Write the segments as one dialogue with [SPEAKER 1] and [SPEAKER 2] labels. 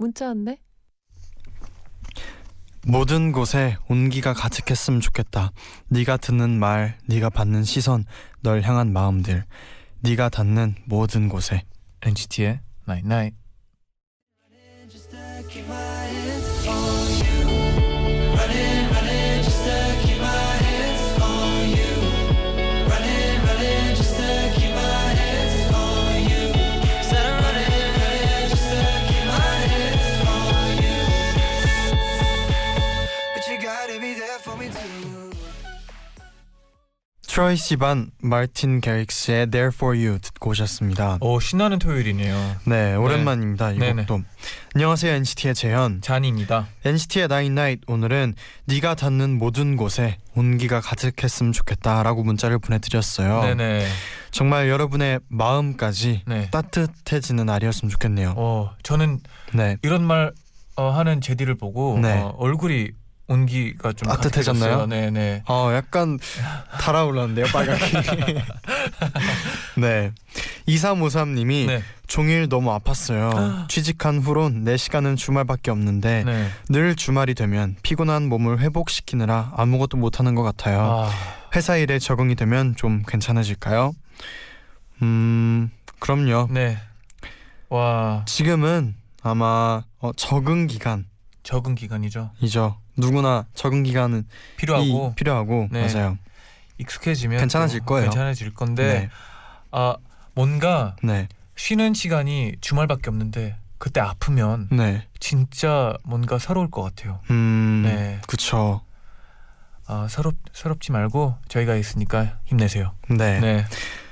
[SPEAKER 1] 문자 왔네.
[SPEAKER 2] 모든 곳에 온기가 가득했으면 좋겠다. 네가 듣는 말, 네가 받는 시선, 널 향한 마음들, 네가 닿는 모든 곳에.
[SPEAKER 3] NCT의 Night Night.
[SPEAKER 4] Just stuck in my hands on you. Running, running, just stuck in my hands on you. Running, running, just stuck in my hands on you. Said I'm running, running, just stuck in my hands on you. But you gotta be there for me too.
[SPEAKER 2] 트로이 시반 마틴 게릭스의 There for You 듣고 오셨습니다.
[SPEAKER 3] 오 신나는 어. 토요일이네요.
[SPEAKER 2] 네, 오랜만입니다. 이
[SPEAKER 3] 네네.
[SPEAKER 2] 곡도. 안녕하세요 NCT의 재현.
[SPEAKER 3] 잔입니다.
[SPEAKER 2] NCT의 나인 나잇 오늘은 네가 닿는 모든 곳에 온기가 가득했으면 좋겠다라고 문자를 보내드렸어요.
[SPEAKER 3] 네네.
[SPEAKER 2] 정말 여러분의 마음까지
[SPEAKER 3] 네.
[SPEAKER 2] 따뜻해지는 날이었으면 좋겠네요.
[SPEAKER 3] 어 저는
[SPEAKER 2] 네,
[SPEAKER 3] 이런 말 어, 하는 제디를 보고
[SPEAKER 2] 네.
[SPEAKER 3] 어, 얼굴이 온기가 좀
[SPEAKER 2] 따뜻해졌나요?
[SPEAKER 3] 가득해졌어요. 네네.
[SPEAKER 2] 어 약간 달아올랐는데요 빨갛게 네 2353님이
[SPEAKER 3] 네.
[SPEAKER 2] 종일 너무 아팠어요 취직한 후론 내 시간은 주말밖에 없는데
[SPEAKER 3] 네.
[SPEAKER 2] 늘 주말이 되면 피곤한 몸을 회복시키느라 아무것도 못하는 것 같아요
[SPEAKER 3] 아,
[SPEAKER 2] 회사 일에 적응이 되면 좀 괜찮아질까요? 음 그럼요
[SPEAKER 3] 네. 와
[SPEAKER 2] 지금은 아마 어, 적응 기간이죠
[SPEAKER 3] 적응 기간이죠.
[SPEAKER 2] 누구나 적응 기간은
[SPEAKER 3] 필요하고
[SPEAKER 2] 이- 필요하고
[SPEAKER 3] 네.
[SPEAKER 2] 맞아요
[SPEAKER 3] 익숙해지면
[SPEAKER 2] 괜찮아질
[SPEAKER 3] 또
[SPEAKER 2] 거예요.
[SPEAKER 3] 괜찮아질 건데 아 뭔가
[SPEAKER 2] 네.
[SPEAKER 3] 쉬는 시간이 주말밖에 없는데 그때 아프면
[SPEAKER 2] 네. 네.
[SPEAKER 3] 진짜 뭔가 서러울 것 같아요.
[SPEAKER 2] 음,
[SPEAKER 3] 네.
[SPEAKER 2] 그쵸.
[SPEAKER 3] 아 서럽 서럽지 말고 저희가 있으니까 힘내세요.
[SPEAKER 2] 네.
[SPEAKER 3] 네.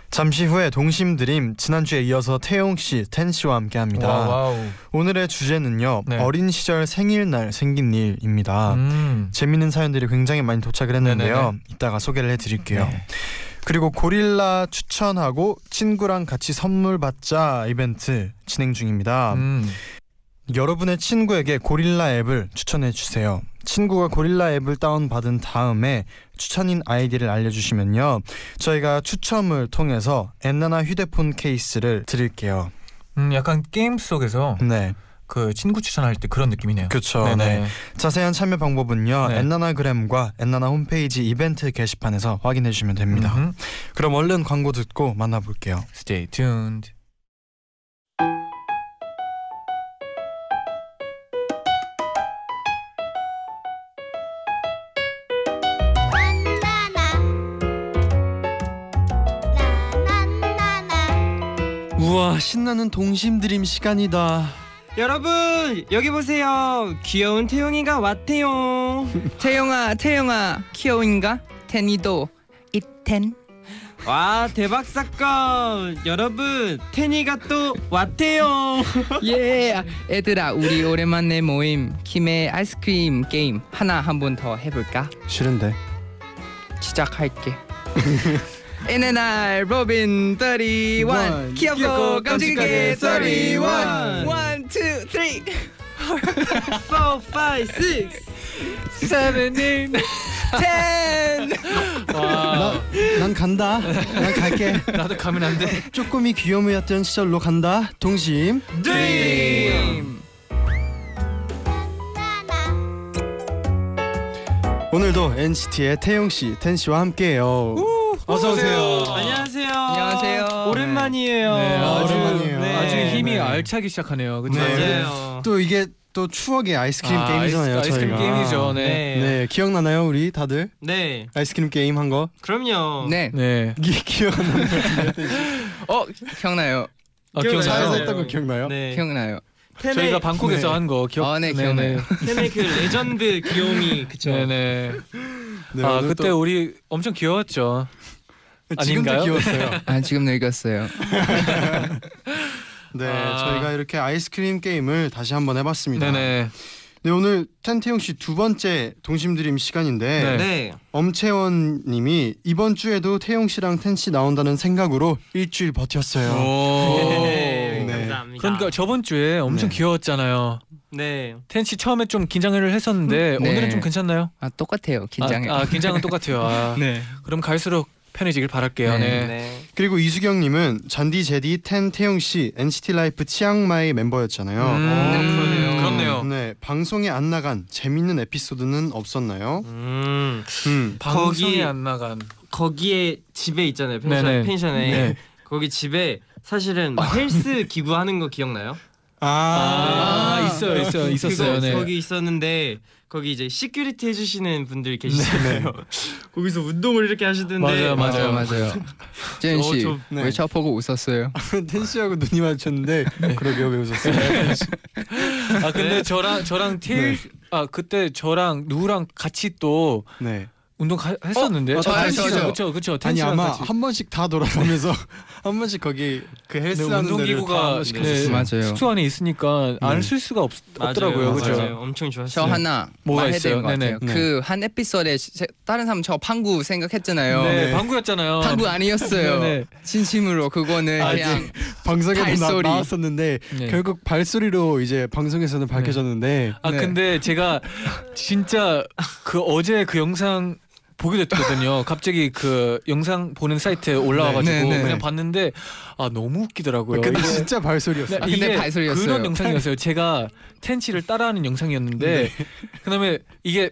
[SPEAKER 2] 잠시 후에 동심드림 지난주에 이어서 태용 씨, 텐 씨와 함께합니다.
[SPEAKER 3] 와우, 와우.
[SPEAKER 2] 오늘의 주제는요.
[SPEAKER 3] 네.
[SPEAKER 2] 어린 시절 생일날 생긴 일입니다.
[SPEAKER 3] 음.
[SPEAKER 2] 재밌는 사연들이 굉장히 많이 도착을 했는데요.
[SPEAKER 3] 네네네.
[SPEAKER 2] 이따가 소개를 해드릴게요.
[SPEAKER 3] 네.
[SPEAKER 2] 그리고 고릴라 추천하고 친구랑 같이 선물 받자 이벤트 진행 중입니다.
[SPEAKER 3] 음.
[SPEAKER 2] 여러분의 친구에게 고릴라 앱을 추천해 주세요. 친구가 고릴라 앱을 다운받은 다음에 추천인 아이디를 알려주시면요. 저희가 추첨을 통해서 엔나나 휴대폰 케이스를 드릴게요.
[SPEAKER 3] 음, 약간 게임 속에서
[SPEAKER 2] 네.
[SPEAKER 3] 그 친구 추천할 때 그런 느낌이네요.
[SPEAKER 2] 그쵸. 네.
[SPEAKER 3] 네네.
[SPEAKER 2] 자세한 참여 방법은요.
[SPEAKER 3] 네.
[SPEAKER 2] 엔나나그램과 엔나나 홈페이지 이벤트 게시판에서 확인해 주시면 됩니다.
[SPEAKER 3] 음.
[SPEAKER 2] 그럼 얼른 광고 듣고 만나볼게요.
[SPEAKER 3] Stay tuned.
[SPEAKER 2] 우와, 신나는 동심 드림 시간이다.
[SPEAKER 5] 여러분 여기 보세요 귀여운 태용이가 왔대요
[SPEAKER 6] 태영아 태영아 귀여운가? 테니도 이텐
[SPEAKER 5] 와 대박 사건 여러분 태니가 또 왔대요
[SPEAKER 6] 예 애들아 우리 오랜만에 모임 김에 아이스크림 게임 하나 한 번 더 해볼까?
[SPEAKER 2] 싫은데.
[SPEAKER 6] 시작할게 이내 날 로빈 31 귀엽고 깜찍하게 31 1 2 3
[SPEAKER 5] 4 5 6
[SPEAKER 6] 7 8 10
[SPEAKER 2] 아.
[SPEAKER 3] 와,
[SPEAKER 2] 난 간다. 난 갈게.
[SPEAKER 3] 나도 가면 안 돼.
[SPEAKER 2] 쪼꼬미 귀요미였던 시절로 간다. 동심.
[SPEAKER 3] 네.
[SPEAKER 6] 드림
[SPEAKER 2] 오늘도 NCT의 태용 씨, 텐 씨와 함께해요. 어서 오세요.
[SPEAKER 5] 안녕하세요
[SPEAKER 3] 아,
[SPEAKER 6] 안녕하세요.
[SPEAKER 5] 오랜만이에요
[SPEAKER 3] 네, 아주-
[SPEAKER 2] 오랜만이에요.
[SPEAKER 5] 네.
[SPEAKER 3] 아주 힘이
[SPEAKER 2] 네.
[SPEAKER 3] 알차기 시작하네요. 그죠?
[SPEAKER 2] 네.
[SPEAKER 5] 맞아요
[SPEAKER 2] 또 이게 또 추억의 아이스크림
[SPEAKER 3] 아,
[SPEAKER 2] 게임이잖아요.
[SPEAKER 3] 아이스, 아이스크림
[SPEAKER 2] 저희가.
[SPEAKER 3] 게임이죠. 네.
[SPEAKER 5] 네. 네.
[SPEAKER 2] 네, 기억나나요, 우리 다들
[SPEAKER 5] 네
[SPEAKER 2] 아이스크림 게임 한 거?
[SPEAKER 5] 그럼요
[SPEAKER 6] 네
[SPEAKER 3] 네.
[SPEAKER 2] 기- 기억나요?
[SPEAKER 6] 어, 기억나요
[SPEAKER 3] 아,
[SPEAKER 5] 기억나요?
[SPEAKER 2] 차에서
[SPEAKER 3] 기억나요?
[SPEAKER 5] 네.
[SPEAKER 2] 했던 거 기억나요?
[SPEAKER 5] 네
[SPEAKER 6] 기억나요
[SPEAKER 5] 템의,
[SPEAKER 3] 저희가 방콕에서 한 거 기억.
[SPEAKER 6] 아, 네, 기억나요.
[SPEAKER 5] 템의 그 레전드 귀요미 그쵸
[SPEAKER 3] 네네.
[SPEAKER 2] 네,
[SPEAKER 3] 아
[SPEAKER 2] 오늘 또-
[SPEAKER 3] 그때 우리 엄청 귀여웠죠.
[SPEAKER 2] 지금도
[SPEAKER 3] 아닌가요?
[SPEAKER 2] 귀여웠어요.
[SPEAKER 6] 아 지금 늙었어요
[SPEAKER 2] 네,
[SPEAKER 3] 아.
[SPEAKER 2] 저희가 이렇게 아이스크림 게임을 다시 한번 해봤습니다.
[SPEAKER 3] 네네.
[SPEAKER 2] 네, 오늘 텐태용 씨 두 번째 동심드림 시간인데
[SPEAKER 3] 네.
[SPEAKER 7] 네.
[SPEAKER 2] 엄채원 님이 이번 주에도 태용 씨랑 텐 씨 나온다는 생각으로 일주일 버텼어요.
[SPEAKER 3] 오.
[SPEAKER 7] 네.
[SPEAKER 2] 네.
[SPEAKER 7] 감사합니다.
[SPEAKER 3] 그러니까 저번 주에 엄청
[SPEAKER 2] 네.
[SPEAKER 3] 귀여웠잖아요.
[SPEAKER 7] 네.
[SPEAKER 3] 텐씨 처음에 좀 긴장을
[SPEAKER 2] 음,
[SPEAKER 3] 했었는데
[SPEAKER 6] 네.
[SPEAKER 3] 오늘은 좀 괜찮나요?
[SPEAKER 6] 아 똑같아요. 긴장해.
[SPEAKER 3] 아, 아, 긴장은 똑같아요. 아,
[SPEAKER 6] 네.
[SPEAKER 3] 그럼 갈수록 편해지길 바랄게요.
[SPEAKER 6] 네.
[SPEAKER 3] 네.
[SPEAKER 7] 네.
[SPEAKER 2] 그리고 이수경 님은 잔디 제디 텐 태용 씨 NCT 라이프 치앙마이 멤버였잖아요. 어.
[SPEAKER 7] 그러네요.
[SPEAKER 3] 그렇네요.
[SPEAKER 2] 네, 방송에 안 나간 재밌는 에피소드는 없었나요?
[SPEAKER 7] 음.
[SPEAKER 2] 음.
[SPEAKER 3] 방송이
[SPEAKER 7] 거기-
[SPEAKER 3] 안 나간.
[SPEAKER 7] 거기에 집에 있잖아요. 펜션
[SPEAKER 3] 네네.
[SPEAKER 7] 펜션에
[SPEAKER 3] 네.
[SPEAKER 7] 거기 집에 사실은 막 헬스 기구하는 거 기억나요?
[SPEAKER 3] 아,
[SPEAKER 7] 네.
[SPEAKER 3] 있어요, 있어요,
[SPEAKER 7] 그거
[SPEAKER 3] 있었어요. 네.
[SPEAKER 7] 거기 있었는데 거기 이제 시큐리티 해주시는 분들이 계시잖아요. 거기서 운동을 이렇게 하시던데.
[SPEAKER 3] 네. 맞아요,
[SPEAKER 6] 맞아요,
[SPEAKER 3] 맞아요.
[SPEAKER 6] 맞아요. 재현
[SPEAKER 7] 어, 저-
[SPEAKER 2] 네.
[SPEAKER 6] 씨왜 저 보고 웃었어요?
[SPEAKER 2] 텐 씨하고 눈이 마주쳤는데 그러게요. 왜 웃었어요?
[SPEAKER 7] 네.
[SPEAKER 3] 아 근데 저랑 저랑
[SPEAKER 2] 네.
[SPEAKER 3] 테일 아 그때 저랑 누구랑 같이 또
[SPEAKER 2] 네.
[SPEAKER 3] 운동 가, 했었는데.
[SPEAKER 2] 어, 저
[SPEAKER 6] 맞아요, 맞아요.
[SPEAKER 3] 그렇죠, 그렇죠.
[SPEAKER 2] 아니
[SPEAKER 3] 텐씨랑
[SPEAKER 2] 아마
[SPEAKER 3] 같이.
[SPEAKER 2] 한 번씩 다 돌아가면서 한 번씩 거기 그
[SPEAKER 3] 네,
[SPEAKER 2] 헬스하는 데를 다
[SPEAKER 3] 운동기구가
[SPEAKER 2] 한 번씩
[SPEAKER 7] 네.
[SPEAKER 2] 갔었어요.
[SPEAKER 6] 맞아요.
[SPEAKER 3] 숙소 안에 있으니까
[SPEAKER 2] 네.
[SPEAKER 3] 안 쓸 수가 없,
[SPEAKER 7] 맞아요,
[SPEAKER 3] 없더라고요,
[SPEAKER 7] 맞아요.
[SPEAKER 3] 그렇죠.
[SPEAKER 7] 엄청
[SPEAKER 6] 저
[SPEAKER 7] 좋았어요.
[SPEAKER 6] 하나
[SPEAKER 3] 뭐가
[SPEAKER 6] 말해야
[SPEAKER 3] 있어요?
[SPEAKER 6] 되는 것 같아요.
[SPEAKER 2] 네네.
[SPEAKER 6] 그 한 에피소드에 제- 다른 사람 저 방구 생각했잖아요.
[SPEAKER 3] 네, 방구였잖아요.
[SPEAKER 6] 방구 아니었어요.
[SPEAKER 3] 네, 네.
[SPEAKER 6] 진심으로 그거는
[SPEAKER 2] 아,
[SPEAKER 6] 그냥
[SPEAKER 2] 방송에도 나,
[SPEAKER 6] 발소리.
[SPEAKER 2] 나왔었는데
[SPEAKER 3] 네.
[SPEAKER 2] 결국 발소리로 이제 방송에서는 밝혀졌는데
[SPEAKER 3] 아
[SPEAKER 6] 네.
[SPEAKER 3] 근데 제가 진짜 그 어제 그 영상 보게 됐거든요. 갑자기 그 영상 보는 사이트에 올라와가지고
[SPEAKER 6] 네, 네, 네.
[SPEAKER 3] 그냥 봤는데 아 너무 웃기더라고요.
[SPEAKER 2] 근데
[SPEAKER 3] 이게-
[SPEAKER 2] 뭐 진짜 발소리였어요.
[SPEAKER 3] 네.
[SPEAKER 6] 아, 근데 발소리였어요.
[SPEAKER 3] 그런 영상이었어요. 제가 텐치를 따라하는 영상이었는데 그다음에 이게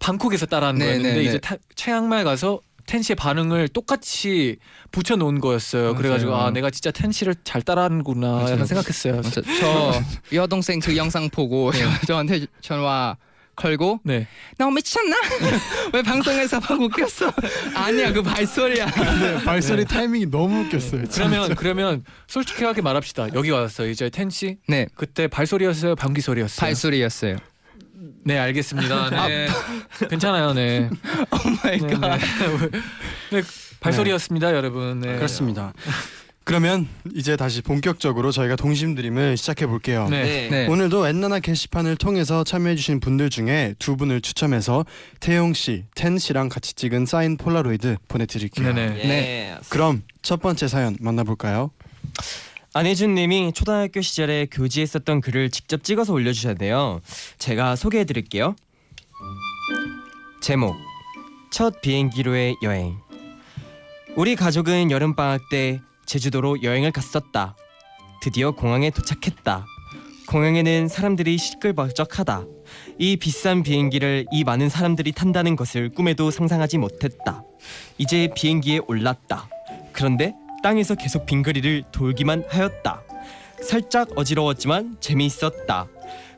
[SPEAKER 3] 방콕에서 따라하는
[SPEAKER 6] 네,
[SPEAKER 3] 거였는데
[SPEAKER 6] 네, 네.
[SPEAKER 3] 이제 타, 치앙마이 가서 텐치의 반응을 똑같이 붙여놓은 거였어요. 그래가지고
[SPEAKER 6] 맞아요.
[SPEAKER 3] 아 내가 진짜 텐치를 잘 따라하는구나
[SPEAKER 6] 맞아요.
[SPEAKER 3] 약간 생각했어요.
[SPEAKER 6] 저, 저 여동생 그 영상 보고 저한테 전화 걸고
[SPEAKER 3] 네.
[SPEAKER 6] 너 미쳤나? 왜 방송에서 방구 꼈어? 아니야 그 발소리야.
[SPEAKER 2] 근데 네, 발소리 타이밍이 너무 웃겼어요.
[SPEAKER 3] 네. 그러면 그러면 솔직하게 말합시다. 여기 와서 이제 텐치
[SPEAKER 6] 네
[SPEAKER 3] 그때 발소리였어요, 방귀 소리였어요.
[SPEAKER 6] 발소리였어요. 아,
[SPEAKER 3] 네 알겠습니다. 네. 괜찮아요, 네.
[SPEAKER 6] 마이
[SPEAKER 3] 네, 네. 네, 발소리였습니다, 여러분. 네.
[SPEAKER 2] 그렇습니다. 그러면 이제 다시 본격적으로 저희가 동심드림을 시작해 볼게요.
[SPEAKER 3] 네.
[SPEAKER 7] 네.
[SPEAKER 6] 네.
[SPEAKER 2] 오늘도 엔나나 게시판을 통해서 참여해주신 분들 중에 두 분을 추첨해서 태용 씨, 텐 씨랑 같이 찍은 사인 폴라로이드 보내드릴게요.
[SPEAKER 3] 네네.
[SPEAKER 4] 예.
[SPEAKER 7] 네.
[SPEAKER 2] 그럼 첫 번째 사연 만나볼까요?
[SPEAKER 7] 안혜준님이 초등학교 시절에 교지에 썼던 글을 직접 찍어서 올려주셨네요. 제가 소개해드릴게요. 제목 첫 비행기로의 여행 우리 가족은 여름방학 때 제주도로 여행을 갔었다. 드디어 공항에 도착했다. 공항에는 사람들이 시끌벅적하다. 이 비싼 비행기를 이 많은 사람들이 탄다는 것을 꿈에도 상상하지 못했다. 이제 비행기에 올랐다. 그런데 땅에서 계속 빙그리를 돌기만 하였다. 살짝 어지러웠지만 재미있었다.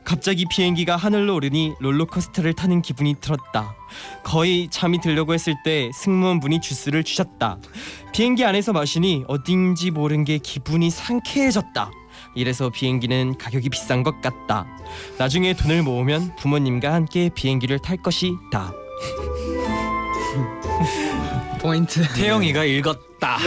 [SPEAKER 7] 갑자기 비행기가 하늘로 오르니 롤러코스터를 타는 기분이 들었다. 거의 잠이 들려고 했을 때 승무원분이 주스를 주셨다. 비행기 안에서 마시니 어딘지 모른 게 기분이 상쾌해졌다. 이래서 비행기는 가격이 비싼 것 같다. 나중에 돈을 모으면 부모님과 함께 비행기를 탈 것이다.
[SPEAKER 6] 포인트.
[SPEAKER 3] 태영이가 읽었다.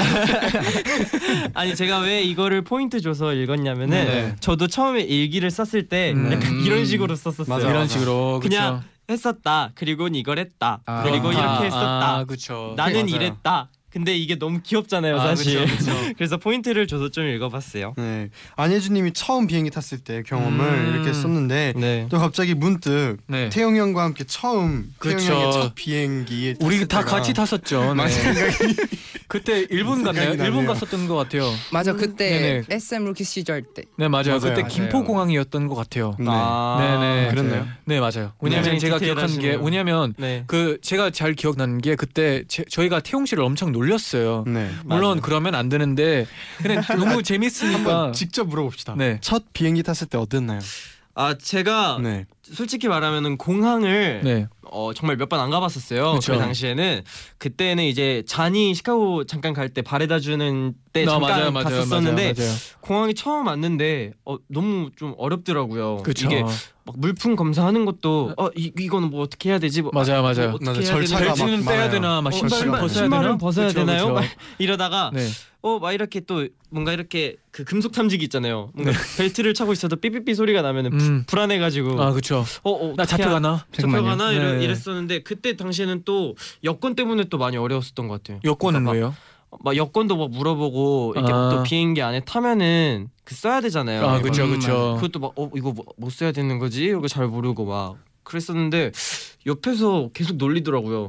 [SPEAKER 7] 아니 제가 왜 이거를 포인트 줘서 읽었냐면은
[SPEAKER 3] 네네.
[SPEAKER 7] 저도 처음에 일기를 썼을 때
[SPEAKER 3] 음.
[SPEAKER 7] 약간 이런 식으로 썼었어요.
[SPEAKER 2] 맞아,
[SPEAKER 3] 이런
[SPEAKER 2] 맞아.
[SPEAKER 3] 식으로
[SPEAKER 7] 그냥 했었다. 그리고 이걸 했다.
[SPEAKER 6] 아.
[SPEAKER 7] 그리고
[SPEAKER 3] 그렇다.
[SPEAKER 7] 이렇게 했었다.
[SPEAKER 3] 아, 그쵸. 맞아요.
[SPEAKER 7] 나는 이랬다. 근데 이게 너무 귀엽잖아요,
[SPEAKER 3] 아,
[SPEAKER 7] 사실.
[SPEAKER 3] 그쵸, 그쵸.
[SPEAKER 7] 그래서 포인트를 줘서 좀 읽어봤어요.
[SPEAKER 2] 네, 안예주님이 처음 비행기 탔을 때 경험을
[SPEAKER 3] 음.
[SPEAKER 2] 이렇게 썼는데
[SPEAKER 7] 네.
[SPEAKER 2] 또 갑자기 문득
[SPEAKER 3] 네.
[SPEAKER 2] 태용 형과 함께 처음 태용
[SPEAKER 3] 그쵸.
[SPEAKER 2] 형의 첫 비행기
[SPEAKER 3] 우리
[SPEAKER 2] 탔을
[SPEAKER 3] 다
[SPEAKER 2] 때가
[SPEAKER 3] 같이 탔었죠. 네. 그때 일본 갔나요?
[SPEAKER 2] 생각이 나네요.
[SPEAKER 3] 일본 갔었던 것 같아요.
[SPEAKER 6] 맞아 그때
[SPEAKER 3] 음. 네네.
[SPEAKER 6] SM 루키 시절 때.
[SPEAKER 3] 네 맞아요.
[SPEAKER 2] 맞아요,
[SPEAKER 3] 그때
[SPEAKER 2] 맞아요.
[SPEAKER 3] 김포공항이었던 것 같아요.
[SPEAKER 2] 네.
[SPEAKER 3] 네네.
[SPEAKER 2] 그랬나요?
[SPEAKER 3] 네 맞아요. 왜냐면
[SPEAKER 7] 굉장히
[SPEAKER 3] 제가 기억하는 게
[SPEAKER 7] 디테일하시네요.
[SPEAKER 3] 왜냐면
[SPEAKER 7] 네.
[SPEAKER 3] 그 제가 잘 기억나는 게 그때 제, 저희가 태용 씨를 엄청 놀렸어요.
[SPEAKER 2] 네.
[SPEAKER 3] 물론
[SPEAKER 7] 맞아요.
[SPEAKER 3] 그러면 안 되는데 그냥 너무 재밌으니까.
[SPEAKER 2] 직접 물어봅시다.
[SPEAKER 3] 그러니까 네.
[SPEAKER 2] 첫 비행기 탔을 때 어땠나요?
[SPEAKER 7] 아 제가
[SPEAKER 2] 네.
[SPEAKER 7] 솔직히 말하면은 공항을
[SPEAKER 3] 네.
[SPEAKER 7] 어 정말 몇 번 안 가봤었어요. 그
[SPEAKER 3] 그쵸.
[SPEAKER 7] 당시에는 그때는 이제 잔이 시카고 잠깐 갈 때 바래다 주는 때
[SPEAKER 3] 아,
[SPEAKER 7] 잠깐
[SPEAKER 3] 맞아요, 맞아요, 맞아요,
[SPEAKER 7] 갔었었는데
[SPEAKER 3] 맞아요.
[SPEAKER 7] 공항이 처음 왔는데 어, 너무 좀 어렵더라고요.
[SPEAKER 3] 그쵸.
[SPEAKER 7] 이게 막 물품 검사하는
[SPEAKER 3] 네.
[SPEAKER 7] 것도 어 이, 이거는 뭐 어떻게 해야 되지? 뭐
[SPEAKER 3] 맞아요,
[SPEAKER 7] 뭐
[SPEAKER 3] 맞아요.
[SPEAKER 7] 어떻게
[SPEAKER 2] 맞아,
[SPEAKER 7] 해야
[SPEAKER 2] 절차가
[SPEAKER 7] 되나?
[SPEAKER 2] 막
[SPEAKER 3] 벨트는 빼야
[SPEAKER 2] 많아요.
[SPEAKER 3] 되나, 네, 막
[SPEAKER 7] 어,
[SPEAKER 3] 신발
[SPEAKER 7] 신발-
[SPEAKER 3] 벗어야
[SPEAKER 7] 신발은
[SPEAKER 3] 되나,
[SPEAKER 7] 벗어야
[SPEAKER 3] 그쵸,
[SPEAKER 7] 되나요?
[SPEAKER 3] 그쵸.
[SPEAKER 7] 막 이러다가
[SPEAKER 3] 네.
[SPEAKER 7] 어 막 이렇게 또 뭔가 이렇게 그 금속 탐지기 있잖아요. 뭔가 벨트를 차고 있어도 삐삐삐 소리가 나면은
[SPEAKER 3] 네. 음.
[SPEAKER 7] 불안해가지고
[SPEAKER 3] 아 그렇죠.
[SPEAKER 7] 어, 어,
[SPEAKER 3] 나
[SPEAKER 7] 어떡해?
[SPEAKER 3] 잡혀가나?
[SPEAKER 6] 잠깐만요.
[SPEAKER 7] 잡혀가나 이래-
[SPEAKER 3] 네.
[SPEAKER 7] 이랬었는데 그때 당시에는 또 여권 때문에 또 많이 어려웠었던 것 같아요.
[SPEAKER 3] 여권은
[SPEAKER 7] 그러니까
[SPEAKER 3] 왜요?
[SPEAKER 7] 막, 막 여권도 막 물어보고 이렇게
[SPEAKER 3] 아.
[SPEAKER 7] 또 비행기 안에 타면은 그 써야 되잖아요.
[SPEAKER 3] 아
[SPEAKER 7] 막
[SPEAKER 3] 그렇죠,
[SPEAKER 6] 음,
[SPEAKER 3] 그렇죠.
[SPEAKER 7] 그것도 막 어 이거 뭐, 뭐 써야 되는 거지 이러고 잘 모르고 막 그랬었는데 옆에서 계속 놀리더라고요.